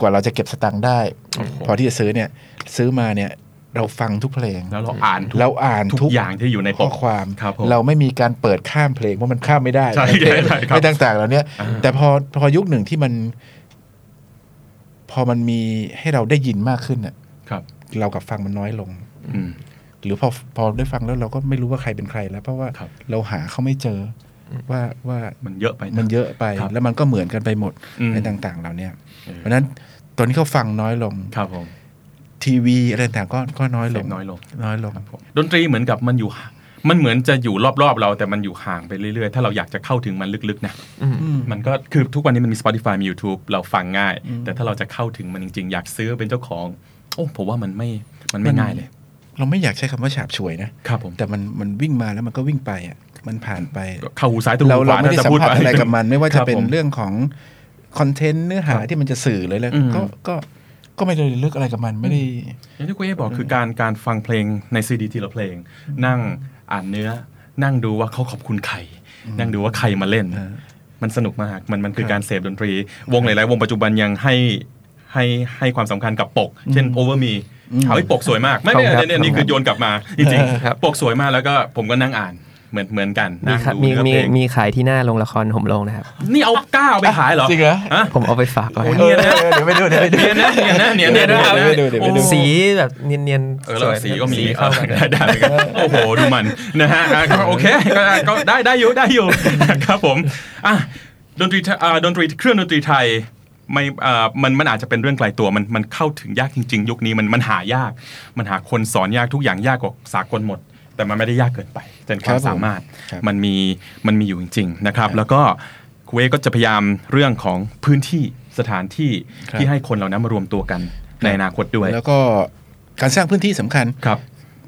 Speaker 5: กว่าเราจะเก็บสตังค์ได้
Speaker 3: โอ้โห
Speaker 5: พอที่จะซื้อเนี่ยซื้อมาเนี่ยเราฟังทุกเพลง
Speaker 3: แล้วเราอ่านทุก
Speaker 5: เราอ่าน
Speaker 3: ทุก
Speaker 5: ทุก
Speaker 3: อย่างที่อยู่ในป
Speaker 5: ข้อก ความ
Speaker 3: ครับผม
Speaker 5: เราไม่มีการเปิดข้ามเพลงเพราะมันข้ามไม่ได้
Speaker 3: ใช่ใช่ใช่ครับ
Speaker 5: ไม่ต่างๆแล้วเนี่ย
Speaker 3: อ่า
Speaker 5: แต่พอพอยุคหนึ่งที่มัน พอมันมีให้เราได้ยินมากขึ้นเนี่ย
Speaker 3: ครับ
Speaker 5: เรากลับฟังมันน้อยลง
Speaker 3: อืม
Speaker 5: หรือพอพอได้ฟังแล้วเราก็ไม่รู้ว่าใครเป็นใครแล้ว เพราะว่า
Speaker 3: ครับ
Speaker 5: เราหาเขาไม่เจอว่าว่า
Speaker 3: มันเยอะไปนะ
Speaker 5: มันเยอะไป
Speaker 3: ครับ
Speaker 5: แล้วมันก็เหมือนกันไปหมด
Speaker 3: อืม
Speaker 5: ในต่างๆ เราเนี่ย
Speaker 3: เออ
Speaker 5: เพราะฉะนั้นตอนนี้เขาฟังน้อยลง
Speaker 3: ครับผม
Speaker 5: ทีวีอะไรต่างๆก็ก็น้อยล
Speaker 3: เสี
Speaker 5: ง
Speaker 3: ยงน้อยลง
Speaker 5: น้อยลง
Speaker 3: ดนตรีเหมือนกับมันอยู่ มันเหมือนจะอยู่รอบๆเราแต่มันอยู่ห่างไปเรื่อยๆ ถ้าเราอยากจะเข้าถึงมันลึกๆนะมันก็คือทุกวันนี้มันมี Spotify มี YouTube เราฟังง่าย แต่ถ้าเราจะเข้าถึงมันจริงๆ อยากซื้อเป็นเจ้าของ โอ้ผมว่ามันไม่มันไม่
Speaker 5: มัน
Speaker 3: ง่ายเลย
Speaker 5: เราไม่อยากใช้คำว่าฉาบฉวยนะครับ
Speaker 3: ผม
Speaker 5: แต่มันมันวิ่งมาแล้วมันก็วิ่งไปอ่ะมันผ่านไป
Speaker 3: เข้าหูซ้ายตรง
Speaker 5: เรา
Speaker 3: หูข
Speaker 5: เรา
Speaker 3: วา
Speaker 5: ไม่ได้
Speaker 3: ถ้
Speaker 5: สัม
Speaker 3: พูด
Speaker 5: ผั
Speaker 3: ป
Speaker 5: สอะไรกับมัน ไม่ว่า
Speaker 3: ค
Speaker 5: จะ
Speaker 3: บ
Speaker 5: เป็น
Speaker 3: ผม
Speaker 5: เรื่องของคอนเทนต์เนื้อหาที่มันจะสื่อเลยแล้ว
Speaker 3: อืม
Speaker 5: ก็ก็ก็ไม่ได้ลึกอะไรกับมันไม่ได้
Speaker 3: อย่างที่คุณเอ๋บอกคือการการฟังเพลงในซีดีทีละเพลง นั่งอ่านเนื้อ นั่งดูว่าเขาขอบคุณใคร นั่งดูว่าใครมาเล่น
Speaker 5: ฮะ
Speaker 3: มันสนุกมาก มันมันคือการเสพดนตรี วงหลาย ๆ วงปัจจุบันยังให้ให้ให้ความสำคัญกับปก เช่นโอเวอร์มีถามว่าปกสวยมาก ไม่ไม่
Speaker 4: ครับ
Speaker 3: เนี่ยเนี่ยนี่คือโยนกลับมา จริง
Speaker 4: ครับ
Speaker 3: ๆ ปกสวยมากแล้วก็ผมก็นั่งอ่านเหมือนเหมือนกัน
Speaker 4: มี
Speaker 3: นั่ง
Speaker 4: ครับ
Speaker 3: ดู
Speaker 4: มี
Speaker 3: เนื้อ
Speaker 4: มี
Speaker 3: เพลง
Speaker 4: มีขายที่หน้าโรงละครห่มโรง
Speaker 3: *laughs*
Speaker 4: นะครับ
Speaker 3: นี่เอาก้าวไปขายเหรอ
Speaker 5: จริงเหรอ
Speaker 3: ฮะ
Speaker 4: ผมเอาไปฝากไว้
Speaker 3: โอ้
Speaker 4: ครับ
Speaker 3: เนียนนะ
Speaker 5: เออเดี๋ยวไปดูเดี๋ยวไปดู
Speaker 3: เนียนนะเนียนนะเนียนนะเนียนนะ
Speaker 5: เดี๋ยวไปดูเดี๋ยวไปดู
Speaker 3: โอ้
Speaker 4: สีแบบเนียนๆ
Speaker 3: เออแล้วสีก็มี
Speaker 4: สีเข้ากัน
Speaker 3: เออได้ได้เหมือนกันโอ้โห ดูมันนะฮะอ่ะก็โอเคก็ก็ได้ได้อยู่ได้อยู่ ครับผมอ่ะดนตรีไทยอ่าดนตรีเครื่องดนตรีไทยไม่อ่ามันมันอาจจะเป็นเรื่องไกลตัวมันมันเข้าถึงยากจริง ๆ ยุคนี้มันมันหายาก มันหาคนสอนยากทุกอย่างยากกว่าสากลหมด แต่มันไม่ได้ยากเกินไปเป็นความ
Speaker 5: ครับผม
Speaker 3: สามารถ
Speaker 5: ครับ
Speaker 3: มันมีมันมีอยู่จริง ๆ นะครับ แล้วก็คุเวก็จะพยายามเรื่องของพื้นที่สถานที่ที่ให้คนเหล่านั้นมารวมตัวกันในอนาคตด้วย
Speaker 5: แล้วก็การสร้างพื้นที่สำคัญ
Speaker 3: ครับ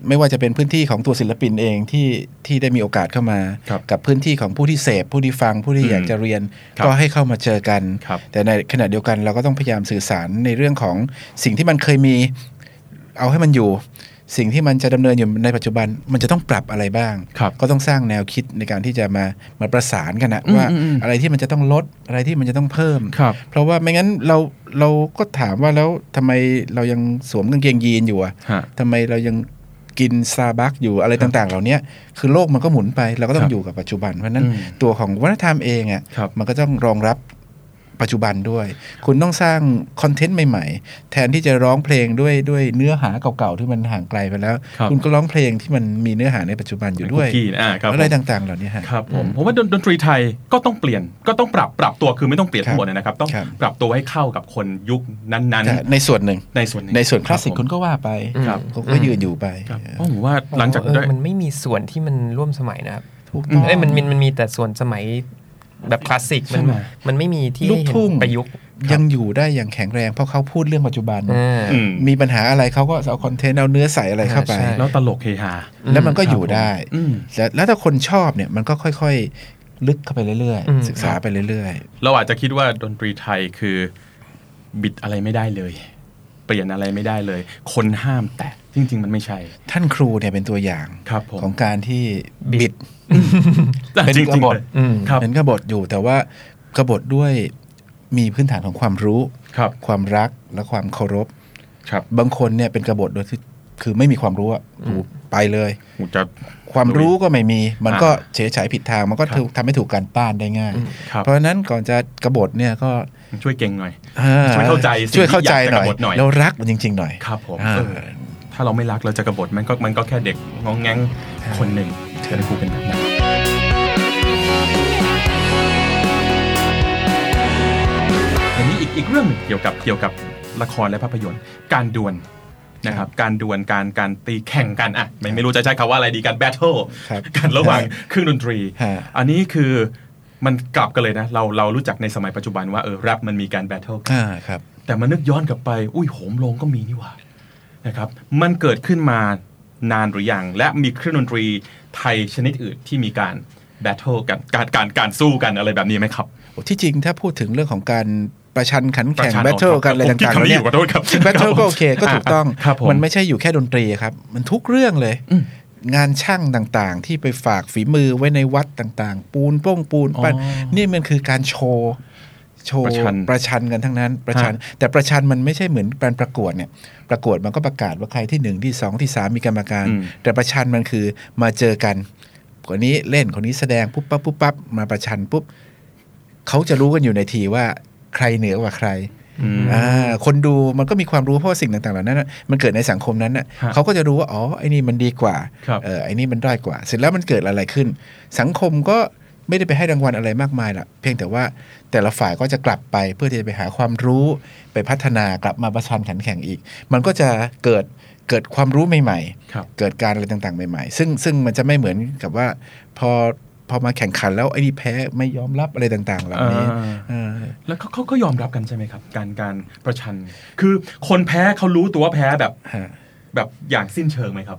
Speaker 5: ไม่ว่าจะเป็นพื้นที่ของตัวศิลปินเองที่ที่ได้มีโอกาสเข้ามา
Speaker 3: ครับ
Speaker 5: กับพื้นที่ของผู้ที่เสพผู้ที่ฟังผู้ที่
Speaker 3: อืม
Speaker 5: อยากจะเรียน
Speaker 3: ครับ
Speaker 5: ก็ให้เข้ามาเจอกัน
Speaker 3: ครับ
Speaker 5: แต่ในขณะเดียวกันเราก็ต้องพยายามสื่อสารในเรื่องของสิ่งที่มันเคยมีเอาให้มันอยู่ สิ่งที่มันจะดำเนินอยู่ในปัจจุบันมันจะต้องปรับอะไรบ้าง
Speaker 3: ครับ
Speaker 5: ก็ต้องสร้างแนวคิดในการที่จะมามาประสานกันนะว่า
Speaker 3: อืมอืม
Speaker 5: อะไรที่มันจะต้องลดอะไรที่มันจะต้องเพิ่ม
Speaker 3: ครับ
Speaker 5: เพราะว่าไม่งั้นเราเราก็ถามว่าแล้วทำไมเรายังสวมกางเกงยีนอยู่อะ
Speaker 3: ฮะ
Speaker 5: ทำไมเรายังกินซาบักอยู่อะไรต่างๆ เหล่าเนี้ยคือโลกมันก็หมุนไป เราก็ต้อ
Speaker 3: ครั
Speaker 5: ง
Speaker 3: บ
Speaker 5: อยู่กับปัจจุบัน เพราะฉะนั้น
Speaker 3: อืม
Speaker 5: ตัวของวัฒนธรรมเองอ่ะ
Speaker 3: ครับ
Speaker 5: มันก็ต้องรองรับ ปัจจุบันด้วย คุณต้องสร้างคอนเทนต์ใหม่ๆ แทนที่จะร้องเพลงด้วยด้วยเนื้อหาเก่าๆ ที่มันห่างไกลไปแล้ว
Speaker 3: ครับ
Speaker 5: ณก็ร้องเพลงที่มันมีเนื้อหาในปัจจุบันอยู่ด้วย
Speaker 3: คุกกี้นะอ่าครับผม
Speaker 5: อะไรต่างๆ เหล่านี้ฮะ
Speaker 3: ครับผมผมว่าดนดนตรีไทยก็ต้องเปลี่ยนก็ต้องปรับปรับตัวคือไม่ต้องเปลี่ยนทั้งหมดนะครับ ต้อง
Speaker 5: ครับ
Speaker 3: ปรับตัวให้เข้ากับคนยุคนั้น
Speaker 5: แต่ในส่วนหนึ่ง
Speaker 3: ๆ ในส่วนหง
Speaker 5: ในส่วนคลาสสิก
Speaker 3: รั
Speaker 5: คุ
Speaker 3: บ
Speaker 5: ณ
Speaker 3: ผม
Speaker 5: ก็ว่าไป
Speaker 3: ครับ
Speaker 5: คุณก็ยืนอยู่ไป
Speaker 3: ครับผมว่าหลังจาก
Speaker 4: เออ
Speaker 3: ได้
Speaker 4: มันไม่มีส่วนที่มันร่วมสมัยนะครับ
Speaker 5: ถูกต้อง
Speaker 4: เอ้ยมันมันมันมีแต่ส่วนสมัยแบบคลาสสิกมัน
Speaker 3: ใช่ไหม
Speaker 4: มันไม่มีที่
Speaker 5: ลูก
Speaker 4: เห็น
Speaker 5: ทุ่ง
Speaker 4: ประยุกต์
Speaker 5: ยังอยู่ได้อย่างแข็งแรงเพราะเขาพูดเรื่องปัจจุบัน
Speaker 4: อ่า
Speaker 3: อืม
Speaker 5: มีปัญหาอะไรเขาก็เอาคอนเทนต์เอาเนื้อใส่อะไรเข้าไป
Speaker 4: ใช่
Speaker 3: แล้วตลกเฮฮา
Speaker 5: แล้วมันก็
Speaker 3: ครับ
Speaker 5: อยู่ได้
Speaker 3: อืม
Speaker 5: แล้วแล้วถ้าคนชอบเนี่ยมันก็ค่อยๆ ลึกเข้าไปเรื่อย
Speaker 4: อืม
Speaker 5: ๆ ศึกษาไปเรื่อย
Speaker 3: เราอาจจะคิดว่าดนตรีไทยคือบิดอะไรไม่ได้เลย เปลี่ยนอะไรไม่ได้เลย คนห้ามแตะจริง ๆ มันไม่ใช่
Speaker 5: ๆ ท่านครูเนี่ยเป็นตัวอย่าง
Speaker 3: ครับผม
Speaker 5: ของการที่บิด เป็น
Speaker 3: จริงๆ
Speaker 5: กบฏ
Speaker 3: เลย
Speaker 4: อืม
Speaker 3: ครับ
Speaker 5: เป็นกบฏอยู่แต่ว่ากบฏด้วยมีพื้นฐานของความรู้
Speaker 3: ครับ
Speaker 5: ความรักและความเคารพ
Speaker 3: ครับ
Speaker 5: บางคนเนี่ยเป็นกบฏโดยที่คือไม่มีความรู้อะโอ้โหไปเลย
Speaker 3: ผมจะ
Speaker 5: ความรู้ก็ไม่มีมันก็
Speaker 3: อ่า
Speaker 5: เฉยฉายผิดทางมันก็
Speaker 3: ครับ
Speaker 5: ถูกทำให้ถูกการต้านได้ง่าย
Speaker 3: ครับ
Speaker 5: เพราะฉะนั้นก่อนจะกบฏเนี่ยก็
Speaker 3: ช่วยเก่งหน่อย
Speaker 5: เอ่อ
Speaker 3: ช่วยเข้าใจสิ่งที่
Speaker 5: ช่วยเข้าใจหน่อย
Speaker 3: อยากจะกบฏหน่อย
Speaker 5: แล้วรักมันจริง ๆ หน่อย
Speaker 3: ครับผม
Speaker 5: อ่า
Speaker 3: เออถ้าเราไม่รักเราจะกบฏมันก็มันก็แค่เด็กงองแงงคนหนึ่งเธอได้พูดเป็นแบบนั้น อย่างนี้อีกอีกเรื่องหนึ่งเกี่ยวกับเกี่ยวกับละครและภาพยนตร์ การดวลนะครับ การดวลการการตีแข่งกันอ่ะไม่ไม่รู้จะใช้คำว่าอะไรดีการแบทเทิล
Speaker 5: ครับ
Speaker 3: กันระหว่างเครื่องดนตรี
Speaker 5: ฮะ
Speaker 3: อันนี้คือมันกลับกันเลยนะ เราเรารู้จักในสมัยปัจจุบันว่าเออแรปมันมีการแบทเทิลกัน
Speaker 5: อ่าครับ
Speaker 3: แต่มานึกย้อนกลับไป อุ้ยโหมลงก็มีนี่หว่านะครับ มันเกิดขึ้นมานานหรือยัง และมีเครื่องดนตรีไทยชนิดอื่นที่มีการแบทเทิลกันการการการสู้กันอะไรแบบนี้ไหมครับ
Speaker 5: ที่จริงถ้าพูดถึงเรื่องของการประชันขัน
Speaker 3: ประ
Speaker 5: แข่ง
Speaker 3: ชัน
Speaker 5: แบทเทิล
Speaker 3: ออก
Speaker 5: กันอะไร
Speaker 3: ผมคิด
Speaker 5: ต่างๆ
Speaker 3: คำนี้
Speaker 5: เนี่
Speaker 3: อยู่ขอโทษครับ
Speaker 5: แบทเทิลก็โอเคก็ถูกต้อง
Speaker 3: ครับผม
Speaker 5: มันไม่ใช่อยู่แค่ดนตรีครับ มันทุกเรื่องเลย งานช่างต่างๆ ที่ไปฝากฝีมือไว้ในวัดต่างๆ ปูนโป้งปูนปั้น
Speaker 3: อ๋อ
Speaker 5: นี่มันคือการโชว์โชว์
Speaker 3: ประชัน
Speaker 5: ประชันกันทั้งนั้นประชัน แต่ประชันมันไม่ใช่เหมือนการประกวดเนี่ยประกวดมันก็ประกาศว่าใครที่หนึ่งที่สองที่สามมีกรรมการ
Speaker 3: อืม
Speaker 5: แต่ประชันมันคือมาเจอกันคนนี้เล่นคนนี้แสดงปุ๊บปั๊บปุ๊บปั๊บมาประชันปุ๊บ เขาจะรู้กันอยู่ในทีว่าใครเหนือกว่าใคร
Speaker 3: อืม
Speaker 5: อ่าคนดูมันก็มีความรู้เพราะว่าสิ่งต่างๆเหล่านั้นน่ะมันเกิดในสังคมนั้นน่ะ
Speaker 3: ฮะ
Speaker 5: เขาก็จะรู้ว่า อ๋อ ไอ้นี่มันดีกว่า
Speaker 3: ครับ
Speaker 5: เออ ไอ้นี่มันด้อยกว่า เสร็จแล้วมันเกิดอะไรขึ้น สังคมก็ไม่ได้ไปให้รางวัลอะไรมากมายละเพียงแต่ว่าแต่ละฝ่ายก็จะกลับไปเพื่อที่จะไปหาความรู้ไปพัฒนากลับมาประชันขันแข่งอีก มันก็จะเกิดเกิดความรู้ใหม่
Speaker 3: ครับ
Speaker 5: ๆ เกิดการอะไรต่างๆ ใหม่ ๆ ซึ่งซึ่งมันจะไม่เหมือนกับว่าพอพอมาแข่งขันแล้วไอ้นี่แพ้ไม่ยอมรับอะไรต่างๆ เหล่านี้
Speaker 3: อ่า
Speaker 5: เออ
Speaker 3: แล้วเขาเขาก็ยอมรับกันใช่ไหมครับ การการประชัน คือคนแพ้เขารู้ตัวว่าแพ้แบบ
Speaker 5: ฮะ
Speaker 3: แบบอย่างสิ้นเชิงไหมครับ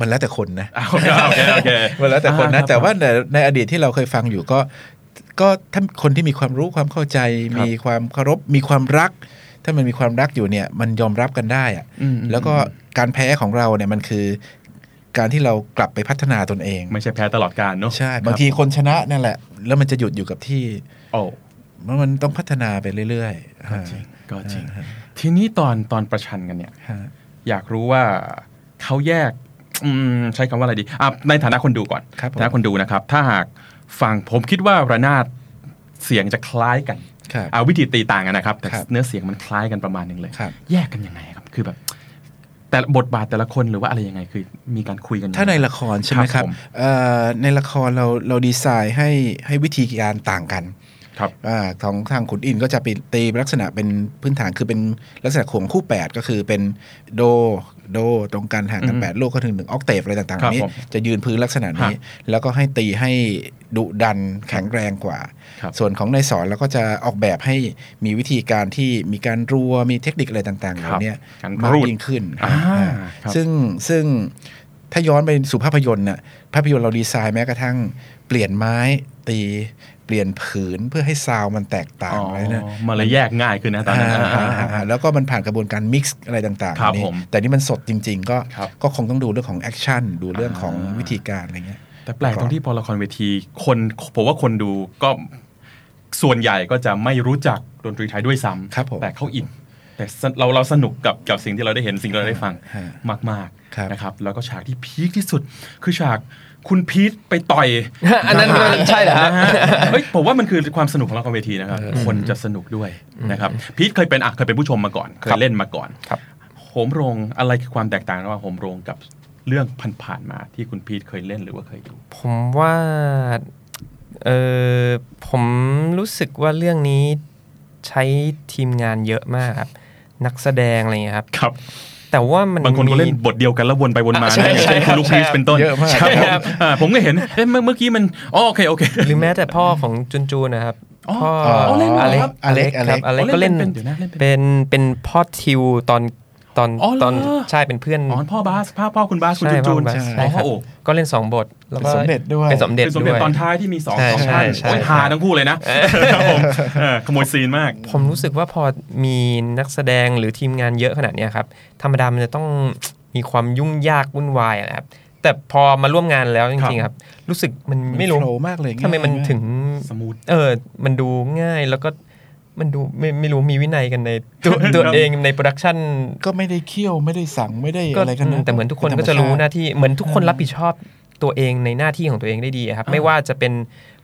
Speaker 5: มันแล้วแต่คนนะ *laughs*
Speaker 3: อ่าโอเคโอเคโอเค
Speaker 5: มันแล้วแต่คน
Speaker 3: อ่
Speaker 5: นะ แต่ว่า
Speaker 3: ครับ
Speaker 5: ในในอดีตที่เราเคยฟังอยู่ก็ ก็ถ้าคนที่มีความรู้ความเข้าใจ
Speaker 3: ครับ
Speaker 5: มีความเคารพมีความรัก ถ้ามันมีความรักอยู่เนี่ย มันยอมรับกันได้อะ
Speaker 3: อืม
Speaker 5: แล้วก็การแพ้ของเราเนี่ยมันคือ การที่เรากลับไปพัฒนาตนเอง
Speaker 3: ไม่ใช่แพ้ตลอดการเนอะ
Speaker 5: ใช่ บางทีคนชนะนั่นแหละ แล้วมันจะหยุดอยู่กับที่
Speaker 3: โอ้
Speaker 5: มันมันต้องพัฒนาไปเรื่อยๆ
Speaker 3: ก็
Speaker 5: ฮะ
Speaker 3: จริงก็จริง ทีนี้ตอนตอนประชันกันเนี่ย
Speaker 5: ฮะ
Speaker 3: อยากรู้ว่าเขาแยกอืมใช้คำว่าอะไรดีอ่ะในฐานะคนดูก่อน
Speaker 5: ครับผม
Speaker 3: ฐานะคนดูนะครับ ถ้าหากฟังผมคิดว่าระนาดเสียงจะคล้ายกัน
Speaker 5: ครับ
Speaker 3: เอาวิธีตีต่างกันนะครับ แต่
Speaker 5: ครับ
Speaker 3: เนื้อเสียงมันคล้ายกันประมาณหนึงเลย
Speaker 5: ครับ
Speaker 3: แยกกันยังไงครับ คือแบบ แต่ละบทบาทแต่ละคนหรือว่าอะไรยังไงคือมีการคุยกันยังไง
Speaker 5: ถ้าในละครใช่ไหม
Speaker 3: ค
Speaker 5: ค
Speaker 3: รั
Speaker 5: รั
Speaker 3: บบ ผม
Speaker 5: เอ่อในละครเราเราดีไซน์ให้ให้วิธีการต่างกัน
Speaker 3: ครับ
Speaker 5: อาของทางขุนอินทร์ก็จะเป็นตีลักษณะเป็นพื้นฐานคือเป็นลักษณะของคู่ 8 ก็คือเป็นโดโดตรงกันห่างกั
Speaker 3: อื
Speaker 5: น
Speaker 3: ม
Speaker 5: 8 โลกก็ถึงหนึ่งออกเตฟอะไรต่างๆ
Speaker 3: ค
Speaker 5: เห
Speaker 3: รับ
Speaker 5: ล่านี้
Speaker 3: ผม
Speaker 5: จะยืนพื้นลักษณะนี้ แล้วก็ให้ตีให้ดุดันแข็งแรงกว่า
Speaker 3: ครับ
Speaker 5: ส่วนของในสอนเราก็จะออกแบบให้มีวิธีการที่มีการรัวมีเทคนิคอะไรต่างๆเหล่านี้
Speaker 3: ครับ
Speaker 5: มาก
Speaker 3: รูด
Speaker 5: ยิ่งขึ้น
Speaker 3: อ่า
Speaker 5: อ่า
Speaker 3: ครับ
Speaker 5: ซึ่งซึ่งถ้าย้อนไปสู่ภาพยนตร์น่ะภาพยนตร์เราดีไซน์แม้กระทั่ง เปลี่ยนไม้ตีเปลี่ยนผืนเพื่อให้ซาวด์มันแตกต่าง
Speaker 3: อ๋อ
Speaker 5: อะไรนะ
Speaker 3: มาเลยแยกง่ายขึ้นนะตอนนั้น
Speaker 5: อ่าอ่าอ่า
Speaker 3: อ่า
Speaker 5: อ่าแล้วก็มันผ่านกระบวนการมิกซ์อะไรต่างๆ
Speaker 3: ครับ
Speaker 5: นี่
Speaker 3: ผม
Speaker 5: แต่นี่มันสดจริง ๆ ก็
Speaker 3: ครับ
Speaker 5: ก็คงต้องดูเรื่องของแอคชั่นดูเรื่องของ
Speaker 3: อ่า
Speaker 5: วิธีการอะไรเงี้ย
Speaker 3: แต่แปลกตรงที่พอละครเวทีคนผมว่าคนดูก็ส่วนใหญ่ก็จะไม่รู้จักดนตรีไทยด้วยซ้ำ
Speaker 5: ครับผม
Speaker 3: แต่เขาอิน แต่สเราเราสนุกกับกับสิ่งที่เราได้เห็นสิ่งที่เราได้ฟัง
Speaker 5: ฮะ
Speaker 3: มาก
Speaker 5: ครับ
Speaker 3: ๆนะครับ แล้วก็ฉากที่พีคที่สุด คือฉากคุณพีทไปต่อย
Speaker 4: อันนั้นมันใช่เหรอฮะ
Speaker 3: นะฮะเฮ้ยผมว่ามันคือความสนุกของละครเวทีนะครับ คนจะสนุกด้วยนะครับพีทเคยเป็นอ่ะเคยเป็นผู้ชมมาก่อน เคยเล่นมาก่อน
Speaker 4: ครับ
Speaker 3: โหมโรงอะไรคือความแตกต่างระหว่างโหมโรงกับเรื่องผ่านๆมาที่คุณพีทเคยเล่นหรือว่าเคยดู
Speaker 4: ผมว่าเออผมรู้สึกว่าเรื่องนี้ใช้ทีมงานเยอะมากครับ นักแสดงอะไรเงี้ยครับ
Speaker 3: ครับ
Speaker 4: แต่ว่ามัน
Speaker 3: บางคนก็เล่น
Speaker 4: มี
Speaker 3: บทเดียวกันแล้ววนไปวนมา
Speaker 4: อ่ะใช่
Speaker 3: นะอย่างเช่น
Speaker 4: ใช่ค
Speaker 3: คุ
Speaker 4: รั
Speaker 3: ณ
Speaker 4: บ
Speaker 3: ลูกพีชเป็นต้น
Speaker 5: เยอะมาก
Speaker 3: ครับผม
Speaker 4: ครับ
Speaker 3: อ่าผมก็เห็นเอ๊ะเมื่อเมื่อกี้มันอ๋อโอเคโอเค
Speaker 4: หรือแม้แต่พ่อของจุนจูนนะครับ
Speaker 3: อ๋อ
Speaker 4: พ่อ
Speaker 5: อ๋ออ๋อเล่นเหรอครับ
Speaker 4: อเล็กอ
Speaker 5: อเล็
Speaker 4: เล็
Speaker 5: ก
Speaker 4: ก
Speaker 5: อเล็ก
Speaker 4: อเล็ก
Speaker 3: อ๋
Speaker 4: ก็
Speaker 3: อเล่
Speaker 4: เล่
Speaker 3: น
Speaker 4: น
Speaker 3: เป็นเดี๋ยวนะเล่นเป็น
Speaker 4: เป็นเป็นพ่อทิวตอนตอน
Speaker 3: อ๋อเหรอ
Speaker 4: ตอนใช่เป็นเพื่อน
Speaker 3: อ๋อพ่อบาสพ่อพ่อคุณบาสคุณ
Speaker 4: ใช่
Speaker 3: จูนจูน
Speaker 4: พ่อ
Speaker 3: อ๋อ
Speaker 4: ใช่ค
Speaker 3: พ่
Speaker 4: รั
Speaker 3: อบ โอบ
Speaker 4: ก็เล่นสองบทแล้วก็
Speaker 5: เป็นสมเด็จด้วย
Speaker 4: เป็นสมเด็จ
Speaker 3: เป็นสม
Speaker 4: ด้
Speaker 3: เด็จ
Speaker 4: วย
Speaker 3: ตอนท้ายที่มีสอง
Speaker 4: ใช่
Speaker 3: สองท่าน
Speaker 4: ใช่
Speaker 3: โอ้ย
Speaker 4: ใช่
Speaker 3: ฮาทั้งคู่เลยนะครับผมเออขโมยซีนมาก
Speaker 4: ผมรู้สึกว่าพอมีนักแสดงหรือทีมงานเยอะขนาดเนี้ยครับ ธรรมดามันจะต้องมีความยุ่งยากวุ่นวายอะนะครับ แต่พอมาร่วมงานแล้วจริงๆครับ รู้สึกมันไม่รู้
Speaker 5: โฟลว์มากเลย
Speaker 4: ทำไมมันถึง
Speaker 3: สมูท
Speaker 4: เออ มันดูง่ายแล้วก็มันดูไม่ไม่รู้มีวินัยกันในตัว
Speaker 5: *laughs*
Speaker 4: ตัวเองในโปรดักชัน
Speaker 5: ก็ไม่ได้เคี่ยวไม่ได้สั่งไม่ได้
Speaker 4: ก็
Speaker 5: อะไรกันนะ
Speaker 4: แต่เหมือนทุกคน
Speaker 5: เป็
Speaker 4: ก็จะรู้
Speaker 5: ธมชา
Speaker 4: ห
Speaker 5: ติ
Speaker 4: น้าที่เหมือนทุกคนรับผิดชอบตัวเองในหน้าที่ของตัวเองได้ดีครับ ไม่ว่าจะเป็น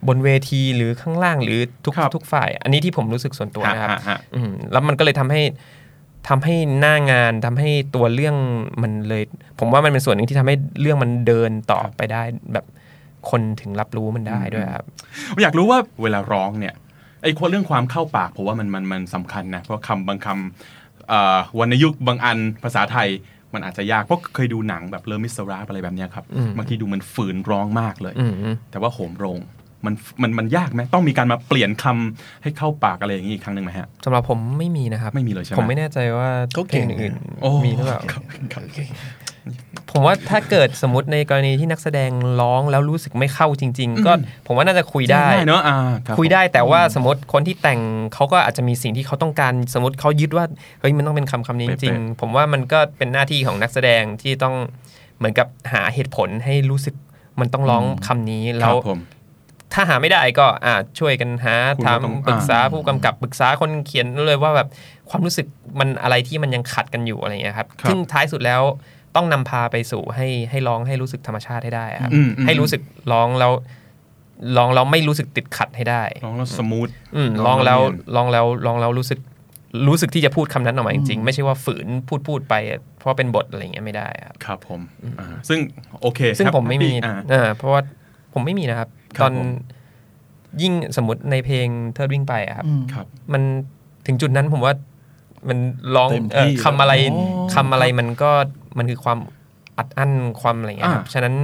Speaker 4: บนเวทีหรือข้างล่างหรือทุก
Speaker 3: ครับ
Speaker 4: ทุกฝ่าย อันนี้ที่ผมรู้สึกส่วนตัวนะครับ
Speaker 3: ฮฮฮ
Speaker 4: อืมแล้วมันก็เลยทำให้ทำให้หน้างานทำให้ตัวเรื่องมันเลย ผมว่ามันเป็นส่วนหนึ่งที่ทำให้เรื่องมันเดินต่อไปได้แบบคนถึงรับรู้มันได้ด้วยครับ
Speaker 3: ผมอยากรู้ว่าเวลาร้องเนี่ยไอ้เรื่องความเข้าปากผมว่ามันมันมันสำคัญนะ เพราะคำบางคำเอ่อวรรณยุกต์บางอันภาษาไทยมันอาจจะยาก เพราะเคยดูหนังแบบเลอมิสราอะไรแบบเนี้ยครับ
Speaker 4: อืม
Speaker 3: บางทีดูมันฝืนร้องมากเลย
Speaker 4: อืม
Speaker 3: แต่ว่าโหมโรงมันมันมันยากไหมต้องมีการมาเปลี่ยนคำให้เข้าปากอะไรอย่างนี้อีกครั้งหนึ่งไหมฮะ
Speaker 4: สำหรับผมไม่มีนะครับ
Speaker 3: ไม่มีเลยใช่ไหม
Speaker 4: ผมไม่แน่ใจว่า
Speaker 5: เขา
Speaker 4: เพ
Speaker 5: เก่
Speaker 4: ล
Speaker 5: ง
Speaker 4: งอื่น
Speaker 3: โอ้
Speaker 4: มีหรือเปล่า
Speaker 3: ครับครับ
Speaker 4: ผมว่าถ้าเกิดสมมติในกรณีที่นักแสดงร้องแล้วรู้สึกไม่เข้าจริง ๆ ก็ผมว่าน่าจะคุยได้
Speaker 3: เนอะอ่ารับ
Speaker 4: คุยได้แต่ว่าสมมติคนที่แต่งเขาก็อาจจะมีสิ่งที่เขาต้องการ สมมติเขายึดว่าเฮ้ยมันต้องเป็นคำคำนี้จริงๆผมว่ามันก็เป็นหน้าที่ของนักแสดงที่ต้องเหมือนกับหาเหตุผลให้รู้สึกมันต้องร้องคำนี้
Speaker 3: ค
Speaker 4: แล้
Speaker 3: รับ
Speaker 4: ว
Speaker 3: ผม
Speaker 4: ถ้าหาไม่ได้ก็อ่าช่วยกันหา
Speaker 3: คุณ
Speaker 4: ถาม
Speaker 3: ก็ต้อง
Speaker 4: ปรึกษา
Speaker 3: อ่า
Speaker 4: ผู้กำกับปรึกษาคนเขียนเลยว่าแบบความรู้สึกมันอะไรที่มันยังขัดกันอยู่อะไรอย่างเงี้ยครับ
Speaker 3: ครับ
Speaker 4: ซึ่งท้ายสุดแล้วต้องนำพาไปสู่ให้ให้ร้องให้รู้สึกธรรมชาติให้ได้ครับ
Speaker 3: อืมอืม
Speaker 4: ให้รู้สึกร้องแล้วร้องเราไม่รู้สึกติดขัดให้ได้
Speaker 3: ร้องแล้วสมูท
Speaker 4: อืม
Speaker 3: ร้
Speaker 4: ร้
Speaker 3: อ
Speaker 4: อง ง
Speaker 3: แล้
Speaker 4: แล้ว วร้องแล้วร้องแล้วรู้สึกรู้สึกที่จะพูดคำนั้นออกมาจริงๆ ไม่ใช่ว่าฝืนพูดพูดไป เพราะเป็นบทอะไรอย่างเงี้ยไม่ได้ครับ
Speaker 3: ครับผมอ่าซึ่งโอเค
Speaker 4: ซึ่ง
Speaker 3: ครับ
Speaker 4: ผมไม่มี
Speaker 3: อ่า
Speaker 4: เออเพราะว่าผมไม่มีนะครับ
Speaker 3: ครับ
Speaker 4: ตอน
Speaker 3: ผม
Speaker 4: ยิ่งสมมติในเพลงเทิดวิ่งไปอะครับ
Speaker 3: ครับ
Speaker 4: มันถึงจุดนั้นผมว่ามันร้อง
Speaker 5: เต็มที่
Speaker 4: เอ่อคำอะไร
Speaker 3: อ๋อ
Speaker 4: คำอะไรมันก็มันคือความอัดอั้นความอะไรอย่างเงี้ยครับ
Speaker 3: อ่า
Speaker 4: ฉะนั้น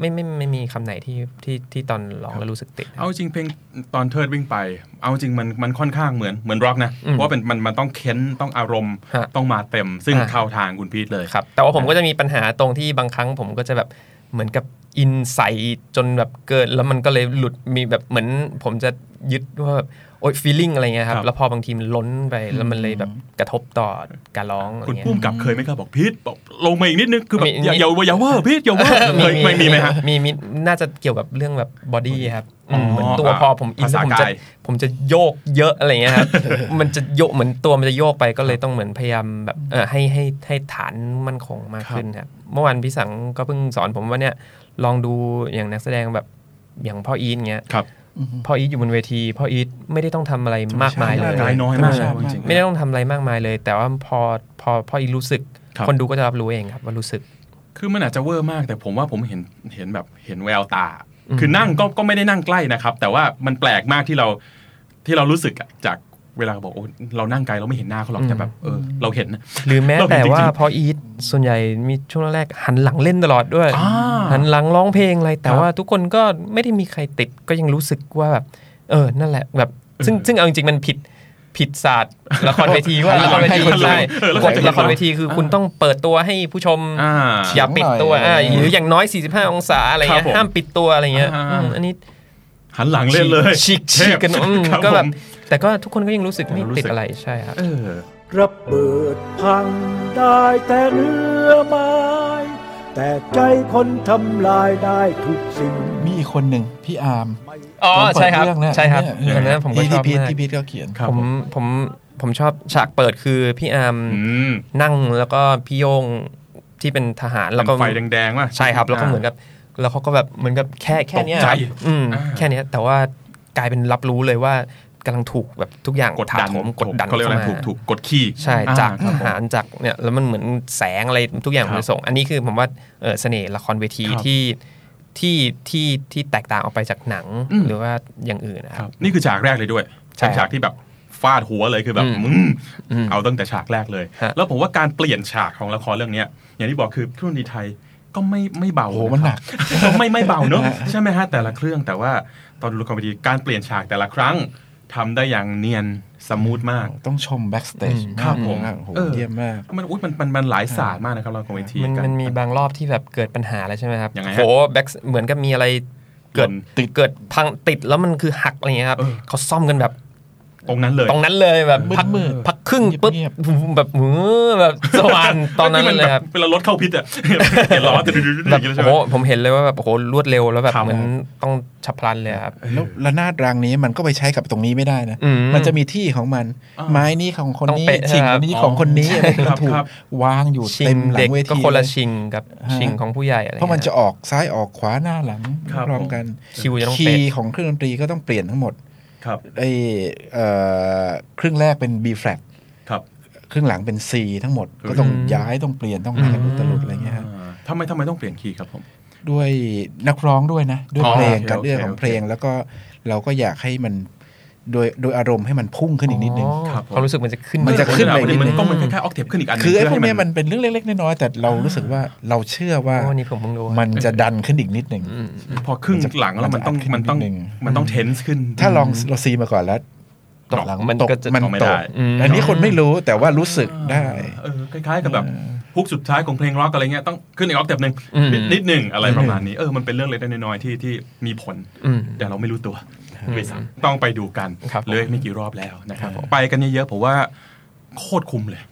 Speaker 4: ไม่ไม่ไม่มีคำไหนที่ที่ที่ตอนร้องแล้วรู้สึกติด
Speaker 3: เอาจริงเพลงตอนเทิดวิ่งไป เอาจริงมันมันค่อนข้างเหมือนเหมือนร็อกนะ
Speaker 4: อืม
Speaker 3: เพราะว่าเป็นมันมันต้องเค้นต้องอารมณ์
Speaker 4: ฮะ
Speaker 3: ต้องมาเต็ม ซึ่ง
Speaker 4: อ่า
Speaker 3: เข้าทางคุณพีทเลย
Speaker 4: ครับ แต่ว่าผมก็จะมีปัญหาตรงที่บางครั้งผมก็จะแบบเหมือนกับอินใสจนแบบเกินแล้วมันก็เลยหลุดมีแบบเหมือนผมจะยึดว่าแบบโอ๊ยฟีลิ่งอะไรเงี้ยครั
Speaker 3: ครับ บ
Speaker 4: แล้วพอบางทีมันล้นไปแล้วมันเลยแบบกระทบต่อการร้องอะไร
Speaker 3: คุณ
Speaker 4: เงี้ย
Speaker 3: พุ่มกับเคยไหมครับบอกพีทบอกลงมาอีกนิดนึงคือแบบ
Speaker 4: มี
Speaker 3: อย่า
Speaker 4: มี
Speaker 3: อย่าอย่าเวอร์พีทอย่าเวอร์เคย *laughs* ไม่มีไหมฮะ
Speaker 4: มีมีน่าจะเกี่ยวกับเรื่องแบบบอดี้ครับอื
Speaker 3: อ๋
Speaker 4: ม
Speaker 3: อ
Speaker 4: เหมือนตัวพอผมอิน
Speaker 3: ภาษา
Speaker 4: ผมจะ
Speaker 3: กาย
Speaker 4: ผมจะโยกเยอะอะไรเงี้ย
Speaker 3: *laughs*
Speaker 4: ครับ มันจะโยกเหมือนตัวมันจะโยกไปก็เลยต้องเหมือนพยายามแบบเออให้ให้ให้ฐานมั่นคงมากขึ้นครับเมื่อวานพี่สังก็เพิ่งสอนผมว่าเนี่ยลองดูอย่างนักแสดงแบบอย่างพ่ออีทเงี้ย
Speaker 3: ครับ
Speaker 4: พ่ออีทอยู่บนเวทีพ่ออีทไม่ได้ต้องทำอะไรมากมายเลย
Speaker 3: น้อยน้อยมากจริง
Speaker 4: ไม่ได้ต้องทำอะไรมากมายเลย แต่ว่าพอพอพ่ออีทรู้สึก
Speaker 3: ครับ
Speaker 4: คนดูก็จะรับรู้เองครับว่ารู้สึก
Speaker 3: คือมันอาจจะเวอร์มาก แต่ผมว่าผมเห็นเห็นแบบเห็นแววตา
Speaker 4: อืม
Speaker 3: คือนั่งก็ก็ไม่ได้นั่งใกล้นะครับ แต่ว่ามันแปลกมากที่เราที่เรารู้สึกอะจากเวลาบอกโอ้เรานั่งไกลเราไม่เห็นหน้าเขาหรอกแต่แบบเออเราเห็นนะ
Speaker 4: หรือแม้
Speaker 3: เราเห็น
Speaker 4: แต่
Speaker 3: จริงๆ
Speaker 4: ว่าพออีทส่วนใหญ่มีช่วงแรกๆหันหลังเล่นตลอดด้วย
Speaker 3: อ่า
Speaker 4: หันหลังร้องเพลงอะไร แต่
Speaker 3: ครับ
Speaker 4: ว่าทุกคนก็ไม่ได้มีใครติดก็ยังรู้สึกว่าแบบ เออ นั่นแหละแบบ ซึ่งซึ่งเอาจริงๆมันผิดผิดศาสตร์ละครเวทีว่า
Speaker 3: หันห *laughs*
Speaker 4: ละ
Speaker 3: ลั
Speaker 4: ครง เวที
Speaker 3: ให้คน
Speaker 4: ใช่
Speaker 3: เออแล้ว
Speaker 4: ก
Speaker 3: เขา
Speaker 4: ฎ
Speaker 3: จะ
Speaker 4: ละครเวทีคือคุณต้องเปิดตัวให้ผู้ชม
Speaker 3: อ่า
Speaker 4: อย่าปิดตัวอ่าหรืออย่างน้อย 45 องศาอะไร
Speaker 3: ครั
Speaker 4: เงี้ย
Speaker 3: บผม
Speaker 4: ห้ามปิดตัวอะไรเงี้ย
Speaker 3: อ่า
Speaker 4: อืมอันนี้
Speaker 3: หันหลังเล่นเลย
Speaker 4: ฉีกฉีกกันอืม
Speaker 3: ครั
Speaker 4: ก็แบบ
Speaker 3: ผม
Speaker 4: แต่ก็ทุกคนก็ยังรู้สึกไม่
Speaker 3: รู้สึ
Speaker 4: ติด
Speaker 3: ก
Speaker 4: อะไรใช่ครับ
Speaker 3: เออ
Speaker 7: ระเบิดพังได้แต่เนื้อไม้ แต่ใจคนทำลายได้ทุกสิ่ง
Speaker 5: มีอีกคนหนึ่งพี่อาร์ม
Speaker 4: อ๋อ
Speaker 5: ตนเปิด
Speaker 4: ใช่ครั
Speaker 5: เอง
Speaker 4: บ
Speaker 5: เนี่ย
Speaker 4: ใช่ครับ
Speaker 5: เย
Speaker 4: อันนั้นผมก็
Speaker 5: ที่
Speaker 4: ชอบ
Speaker 5: พี่พีท
Speaker 4: มาก
Speaker 5: ที่พีทก็เขียน
Speaker 3: ครับ
Speaker 4: ผม
Speaker 3: ผม
Speaker 4: ผม ผมชอบฉากเปิดคือพี่อาร์ม
Speaker 3: อืม
Speaker 4: นั่งแล้วก็พี่โยงที่เป็นทหาร
Speaker 3: แล้
Speaker 4: แล้ว ว
Speaker 3: ก็
Speaker 4: ก็
Speaker 3: ไฟแดงๆว่ะ
Speaker 4: ใช่ครับ แล้วก็เหมือนกับแล้วเขาก็แบบเหมือนกับแค่แค่เนี้
Speaker 3: ต
Speaker 4: ย
Speaker 3: กใจ
Speaker 4: ครับอืม
Speaker 3: อ่า
Speaker 4: แค่เนี้ยแต่ว่ากลายเป็นรับรู้เลยว่ากำลังถูกแบบทุกอย่าง
Speaker 3: กดดัน
Speaker 4: ถาโถมกดดัน
Speaker 3: เขาเรียกอะไร
Speaker 4: ข้ม
Speaker 3: ถูกถูกกดขี่
Speaker 4: ใช่
Speaker 3: อ่
Speaker 4: จาก
Speaker 3: ค
Speaker 4: ท
Speaker 3: รับผม
Speaker 4: หารจากเนี่ยแล้วมันเหมือนแสงอะไรทุกอย่าง
Speaker 3: ครับ
Speaker 4: มันส่ง อันนี้คือผมว่าเออเสน่ห์ละครเวที
Speaker 3: ครับ
Speaker 4: ที่ที่ที่ที่แตกต่างออกไปจากหนัง
Speaker 3: อืม
Speaker 4: หรือว่าอย่างอื่นนะ
Speaker 3: ค
Speaker 4: ค
Speaker 3: รั
Speaker 4: รั
Speaker 3: บบ นี่คือฉากแรกเลยด้วย
Speaker 4: ใช่
Speaker 3: เป็นฉากที่แบบฟาดหัวเลยคือแบบ
Speaker 4: อืม
Speaker 3: มึง
Speaker 4: อืม
Speaker 3: เอาตั้งแต่ฉากแรกเลย
Speaker 4: ฮะ
Speaker 3: แล้วผมว่าการเปลี่ยนฉากของละครเรื่องเนี้ยอย่างที่บอกคือเครื่องดนตรีไทยก็ไม่ไม่เบา
Speaker 5: โอ้โหมันหนัก
Speaker 3: ก็ไม่ไม่เบาเนอะใช่ไหมฮะแต่ละเครื่องแต่ว่าตอนดูละครเวทีการเปลี่ยนฉากแต่ละครั้งทำได้อย่างเนียนสมูทมาก
Speaker 5: ต้องชมแบ็กสเตจ
Speaker 4: อืม
Speaker 3: ครับผม
Speaker 5: โอ้โห
Speaker 3: เออ
Speaker 5: เยี่ยมมาก
Speaker 3: มันอุ๊ยมันมันมันหลายศาสตร์มากนะครับละครเวที
Speaker 4: มัน
Speaker 3: การ
Speaker 4: มันมีบางรอบที่แบบเกิดปัญหาแล้วใช่ไหมครับ
Speaker 3: ยังไงฮะ
Speaker 4: โหแบ็คเหมือนกับมีอะไรเกิด
Speaker 5: ติด
Speaker 4: เกิดพังติดแล้วมันคือหักอะไรเงี้ยครับ
Speaker 3: เออ
Speaker 4: เขาซ่อมกันแบบ
Speaker 3: ตรงนั้นเลย
Speaker 4: ตรงนั้นเลยแบบพัก
Speaker 5: มืดๆ
Speaker 4: พักครึ่งปุ๊บ
Speaker 5: เงียบ
Speaker 4: แบบหือแบบสว่างตอนนั้น
Speaker 3: มั
Speaker 4: เลยครับ
Speaker 3: เวลารถเข้าพิษอ่ะ *laughs* เห็นล้อแต่ดูดูดูดูอ
Speaker 4: แบ
Speaker 3: ย่า
Speaker 4: บ
Speaker 3: งเงี้ยใช่
Speaker 4: โอ้
Speaker 3: ไหม
Speaker 4: โหผมเห็นเลยว่าแบบโอ้โหรวดเร็วแล้วแบบ
Speaker 3: ครับ
Speaker 4: เหมือนต้องฉับพลันเลยครับ
Speaker 5: แล้วระนาดรางนี้มันก็ไปใช้กับตรงนี้ไม่ได้นะ
Speaker 4: อืม
Speaker 5: มันจะมีที่ของมัน
Speaker 3: อ่า
Speaker 5: ไม้นี่ของคน
Speaker 4: ต้อง
Speaker 5: นี้
Speaker 4: เป๊ะ
Speaker 5: ชิง
Speaker 4: ครับ
Speaker 5: นี้ของคนนี้อะไร
Speaker 3: ครั
Speaker 5: ก็
Speaker 3: บ
Speaker 5: ถูก
Speaker 3: ครับ
Speaker 5: วางอยู่
Speaker 4: ชิ
Speaker 5: เต็
Speaker 4: ง
Speaker 5: มหลั
Speaker 4: เด็
Speaker 5: ง
Speaker 4: ก
Speaker 5: เว
Speaker 4: ก็
Speaker 5: ที
Speaker 4: คนละ
Speaker 5: เลย
Speaker 4: ชิงกับ
Speaker 5: ฮะ
Speaker 4: ชิงของผู้ใหญ่อะไร
Speaker 5: เพราะมันจะ
Speaker 4: งี้ย
Speaker 5: ออกซ้ายออกขวาหน้าหลัง
Speaker 3: ครับ
Speaker 5: พร้อม
Speaker 3: ผม
Speaker 5: กัน
Speaker 4: คิวจะต้อง
Speaker 5: คี
Speaker 4: เป๊ะ
Speaker 5: ย์ของเครื่องดนตรีก็ต้องเปลี่ยนทั้งหมด
Speaker 3: ครับ
Speaker 5: ไอ้เอ่อครึ่งแรกเป็น B flat
Speaker 3: ครับ
Speaker 5: ครึ่งหลังเป็น C ทั้งหมดก็ต้องย้ายต้องเปลี่ยนต้องมากันอุตลุดอะไรเงี้ยฮะ
Speaker 3: อ่าทำไมทำไมต้องเปลี่ยนคีย์ครับผม
Speaker 5: ด้วยนักร้องด้วยนะ ด้วย
Speaker 3: อ๋อ
Speaker 5: เพลง
Speaker 3: โอเค
Speaker 5: การเลือก
Speaker 3: โอเค
Speaker 5: ของเพลงแล้วก็เราก็อยากให้มันโดยโดยอารมณ์ให้มันพุ่งขึ้นอีกนิดนึง
Speaker 3: ครับผม
Speaker 4: ความรู้สึกมันจะขึ้น
Speaker 5: มันจะขึ้นไป
Speaker 3: มั
Speaker 5: อีกนิด
Speaker 3: มั
Speaker 5: นึง
Speaker 3: นก็เหมือนคล้ายๆออกเทปขึ้นอีกอันหนึ่ง
Speaker 5: คือไอ้พ
Speaker 3: เพื่
Speaker 5: วก
Speaker 3: ให้
Speaker 5: เนี้ยมันเป็นเรื่องเล็กๆน้อยๆแต่เรารู้สึกว่าเราเชื่อว่า
Speaker 4: โอ้นี่ผมเพิ่งรู้
Speaker 5: มันจะดันขึ้นอีกนิดหนึ่ง
Speaker 4: อืม
Speaker 3: พอครึ่งหลังแล้วมันต้องมัน
Speaker 5: มันจะอัดขึ้น
Speaker 3: ต้อง
Speaker 5: นิดนึง
Speaker 3: มันต้องเทนส์ขึ้น
Speaker 5: ถ้าลองเราซีมาก่อนแล้ว
Speaker 4: ตกหลังมัน
Speaker 5: ตก
Speaker 4: ก็จะ
Speaker 5: มัน
Speaker 3: ตกไม่
Speaker 5: ต
Speaker 3: ได้
Speaker 5: ก
Speaker 4: อืม
Speaker 5: อันนี้คนไม่รู้แต่ว่ารู้สึกได้
Speaker 3: เออคล้ายๆกับแบบฮุกสุดท้ายของเพลงร็อกอะไรเงี้ยต้องขึ้นอีกออกเทปหนึ่ง
Speaker 4: อืม
Speaker 3: นิดหนึ่งอะไรประมาณนี้เออมันเป็นเรื่องเล็กๆน้อยๆที่ที่มีผล
Speaker 4: อืม
Speaker 3: แต่เราไม่รู้ตัวไม่ซ้ำต้องไปดูกัน
Speaker 4: ครับผม
Speaker 3: เหลยไม่กี่รอบแล้วนะครับไปกันเยอะๆผมว่าโคตรคุ้มเลย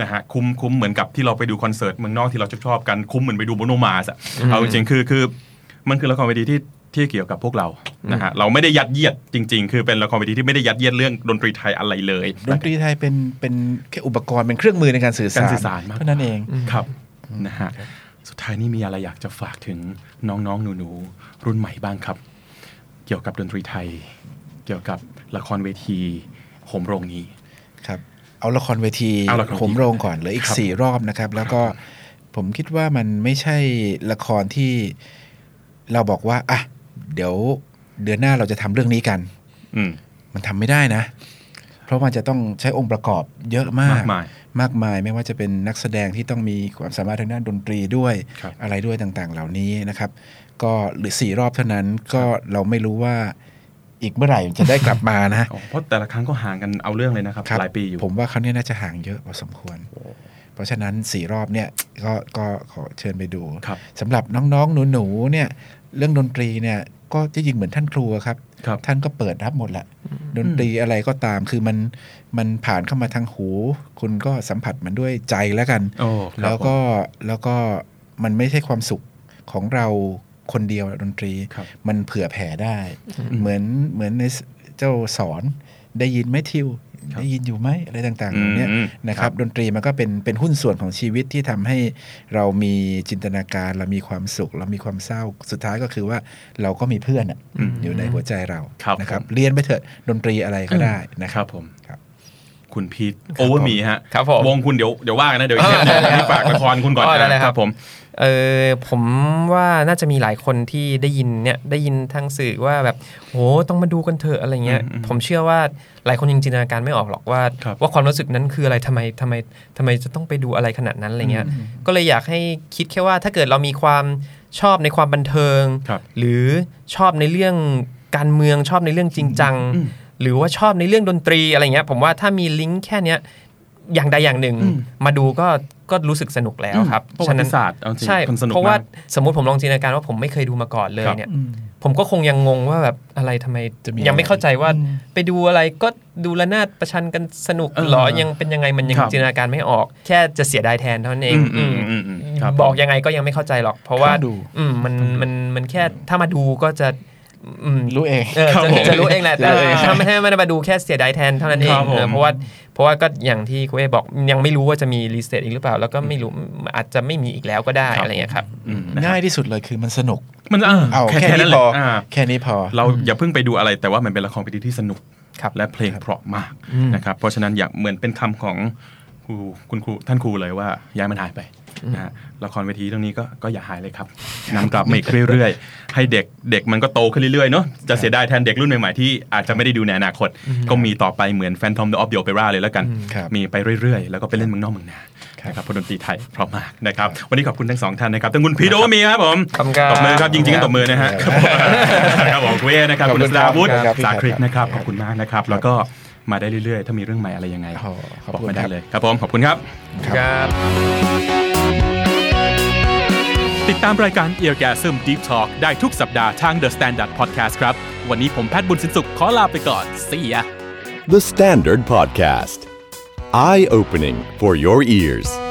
Speaker 3: นะฮะคุ้มคุ้มเหมือนกับที่เราไปดูคอนเสิร์ตเมืองนอกที่เราชอบๆกันคุ้มเหมือนไปดูโมโนมาสอะเอาจริงๆคือคือมันคือละครเวทีที่ที่เกี่ยวกับพวกเรานะฮะเราไม่ได้ยัดเยียดจริง ๆ คือเป็นละครเวทีที่ไม่ได้ยัดเยียดเรื่องดนตรีไทยอะไรเลย
Speaker 5: ดนตรีไทยเป็นเป็นแค่อุปกรณ์เป็นเครื่องมือในการสื่อสาร
Speaker 3: การสื่อสารมาก
Speaker 5: เท่านั้นเอง
Speaker 3: ครับนะฮะสุดท้ายนี่มีอะไรอยากจะฝากถึงน้องๆหนูๆรุ่นใหม่บ้างครับ เกี่ยวกับดนตรีไทย เกี่ยวกับละครเวทีโหมโรงนี้
Speaker 5: ครับเอาละครเวที
Speaker 3: เอาละครเวที
Speaker 5: ผมโรงก่อนเหลืออีกสี่รอบนะครับ แล้วก็ผมคิดว่ามันไม่ใช่ละครที่เราบอกว่าอ่ะเดี๋ยวเดือนหน้าเราจะทำเรื่องนี้กัน
Speaker 3: อืม
Speaker 5: มันทำไม่ได้นะ เพราะมันจะต้องใช้องค์ประกอบเยอะมา
Speaker 3: มา
Speaker 5: ก
Speaker 3: กมาย
Speaker 5: มากมายไม่ว่าจะเป็นนักแสดงที่ต้องมีความสามารถทางด้านดนตรีด้วย
Speaker 3: ครับ
Speaker 5: อะไรด้วยต่างๆ เหล่านี้นะครับ ก็เหรือสี่รอบเท่านั้นก็เราไม่รู้ว่าอีกเมื่อไหร่จะได้กลับมานะ
Speaker 3: อ๋อเพราะแต่ละครั้งก็ห่างกันเอาเรื่องเลยนะครับ
Speaker 5: ครับ
Speaker 3: หลายปีอยู่
Speaker 5: ผมว่าเขาวเนี่ยน่าจะห่างเยอะพอสมควร เพราะฉะนั้นสี่รอบเนี่ยก็ก็ขอเชิญไปดู
Speaker 3: ครับ
Speaker 5: สำหรับน้องๆ หนูๆเนี่ยเรื่องดนตรีเนี่ยก็จะยิงเหมือนท่านครูครับ
Speaker 3: ครับ
Speaker 5: ท่านก็เปิดรับหมดแหละ ดนตรีอะไรก็ตามคือมันมันผ่านเข้ามาทางหู คุณก็สัมผัสมันด้วยใจแล้วกัน
Speaker 3: โอ้ครับ
Speaker 5: แล้วก็แล้วก็มันไม่ใช่ความสุขของเราคนเดียวดนตรี
Speaker 3: ครับ
Speaker 5: มันเผื่อแผ่ได้ เหมือนเหมือนในเจ้าสอนได้ยินไหมทิว
Speaker 3: ครับ
Speaker 5: ได้ยินอยู่ไหมอะไรต่างๆ
Speaker 3: อืม
Speaker 5: เหล่าเนี้ยนะ
Speaker 3: ค
Speaker 5: ครั
Speaker 3: รับ บ
Speaker 5: ดนตรีมันก็เป็นเป็นหุ้นส่วนของชีวิตที่ทำให้เรามีจินตนาการ เรามีความสุข เรามีความเศร้าสุดท้ายก็คือว่าเราก็มีเพื่อนอะ
Speaker 3: อืม
Speaker 5: อยู่ในหัวใจเรา
Speaker 3: ครับ
Speaker 5: นะครับ
Speaker 3: ผม
Speaker 5: เรียนไปเถอะดนตรีอะไรก็ได้นะค
Speaker 3: ครั
Speaker 5: รั
Speaker 3: บบ ผม
Speaker 5: ครับ
Speaker 3: คุณพีทโอเวอร์มีฮะ
Speaker 4: ครับผม
Speaker 3: วงคุณเดี๋ยวเดี๋ยวว่ากันนะ เดี๋ยวอีกนิดนึงอันนี้ฝากละครคุณก่อน
Speaker 4: อ๋อได้เลย
Speaker 3: นะครับ ครับผม
Speaker 4: เออผมว่าน่าจะมีหลายคนที่ได้ยินเนี่ยได้ยินทางสื่อว่าแบบโหต้องมาดูกันเถอะอะไรเงี้ย
Speaker 3: อืมอืม
Speaker 4: ผมเชื่อว่าหลายคนยังจินตนาการไม่ออกหรอกว่า
Speaker 3: ครับ
Speaker 4: ว่าความรู้สึกนั้นคืออะไรทำไมทำไมทำไมจะต้องไปดูอะไรขนาดนั้นอะไรเงี้ยก็เลยอยากให้คิดแค่ว่าถ้าเกิดเรามีความชอบในความบันเทิง
Speaker 3: ครับ
Speaker 4: หรือชอบในเรื่องการเมืองชอบในเรื่องจริงจัง
Speaker 3: อืม
Speaker 4: หรือว่าชอบในเรื่องดนตรีอะไรเงี้ยผมว่าถ้ามีลิงก์แค่เนี้ยอย่างใดอย่างหนึ่ง มาดูก็ก็รู้สึกสนุกแล้วครับ
Speaker 3: ประวัติศาสตร์เอาจริง
Speaker 4: ใช่
Speaker 3: มันสนุก
Speaker 4: เพราะว่าม
Speaker 3: าก
Speaker 4: สมมติผมลองจินตนาการว่าผมไม่เคยดูมาก่อนเลย
Speaker 3: ครับ
Speaker 4: เนี่ย ผมก็คงยังงงว่าแบบอะไรทำไมยังไม่เข้าใจว่า ไปดูอะไรก็ดูระนาดประชันกันสนุกเหรอ
Speaker 3: เออ
Speaker 4: ยังเป็นยังไงมันยัง
Speaker 3: ครับ
Speaker 4: จินตนาการไม่ออก แค่จะเสียดายแทนเท่านั้นเอง
Speaker 3: อืมอืมอืมอืมครับ
Speaker 4: บอกยังไงก็ยังไม่เข้าใจหรอก เพราะว่า
Speaker 5: ต้องดู
Speaker 4: อืมมันมันมันแค่ถ้ามาดูก็จะ อืม
Speaker 5: รู้เอง
Speaker 4: เออ
Speaker 3: ครับ
Speaker 4: จะ
Speaker 3: ผม
Speaker 4: จะรู้เองแหละแต่
Speaker 5: รู้เอง
Speaker 4: ถ้าไม่ให้ไม่ได้มาดูแค่เสียดายแทนเท่านั้นเอ
Speaker 3: ค
Speaker 4: ง
Speaker 3: รับผม
Speaker 4: เออเพราะว่าเพราะว่าก็อย่างที่คุณเอบอกยังไม่รู้ว่าจะมีรีเซ็ตอีกหรือเปล่า แล้วก็ไม่รู้อาจจะไม่มีอีกแล้วก็ได้
Speaker 3: ครับ
Speaker 4: อะไรอย่างเงี้ยครับ
Speaker 3: อืมนะครับ
Speaker 5: ง่ายที่สุดเลยคือมันสนุก
Speaker 3: มันอ่ะ
Speaker 5: เอาแค่นี้
Speaker 3: นั้น
Speaker 5: พ
Speaker 3: แห
Speaker 5: อ
Speaker 3: ละ
Speaker 5: อา แค่นี้พอ
Speaker 3: เราอย่าเพิ่งไปดูอะไรแต่ว่ามันเป็นละครเวทีที่สนุก
Speaker 4: ครับ
Speaker 3: และเพลงเพราะมากนะครับเพราะฉะนั้นอย่าเหมือนเป็นคำของครูคุณครูท่านครูเลยว่าอย้ายมันหายไปนะฮะละครเวทีเรื่องนี้ก็ก็อย่าหายเลยครับนำกลับมาอีกเรื่อยๆ ให้เด็กเด็กมันก็โตขึ้นเรื่อยๆเนาะจะเสียดายแทนเด็กรุ่นใหม่ๆที่อาจจะไม่ได้ดูในอนาคต ก็มีต่อไปเหมือน Phantom of the Opera เลยแล้วกัน
Speaker 5: ครับ
Speaker 3: มีไปเรื่อยๆ แล้วก็ไปเล่นเมืองนอกเมืองนา
Speaker 5: ครับ
Speaker 3: นะครับเพราะดนตรีไทยเพราะมากนะครับวันนี้ขอบคุณทั้งสองท่านนะครับทั้งคุณพีโดมีครับผม
Speaker 4: ขอบคุณครับ
Speaker 3: ตบมือครับจริงๆก็ตบมือนะฮะ ครับผมคุณเอนะครับ
Speaker 5: ขอบ
Speaker 3: คุณ
Speaker 5: คุ
Speaker 3: อัศ
Speaker 5: ณ
Speaker 3: ดาวุฒิ
Speaker 5: ครับ
Speaker 3: สาคริกนะครับ ขอบคุณมากนะครับ แล้วก็มาได้เรื่อยๆ ถ้ามีเรื่องใหม่อะไรยังไง
Speaker 5: โอ้ขอบ
Speaker 3: บอก
Speaker 5: คุณ
Speaker 3: มา
Speaker 5: ค
Speaker 3: ได้
Speaker 5: รับ
Speaker 3: เลยครับผม ขอบคุณครับ
Speaker 4: ครับ
Speaker 2: ติดตามรายการ e a r g a s m Deep Talk ได้ทุกสัปดาห์ทาง The Standard Podcast ครับ วันนี้ผมแพทย์บุญสินสุขขอลาไปก่อน See ya
Speaker 1: The Standard Podcast. Eye opening for your ears.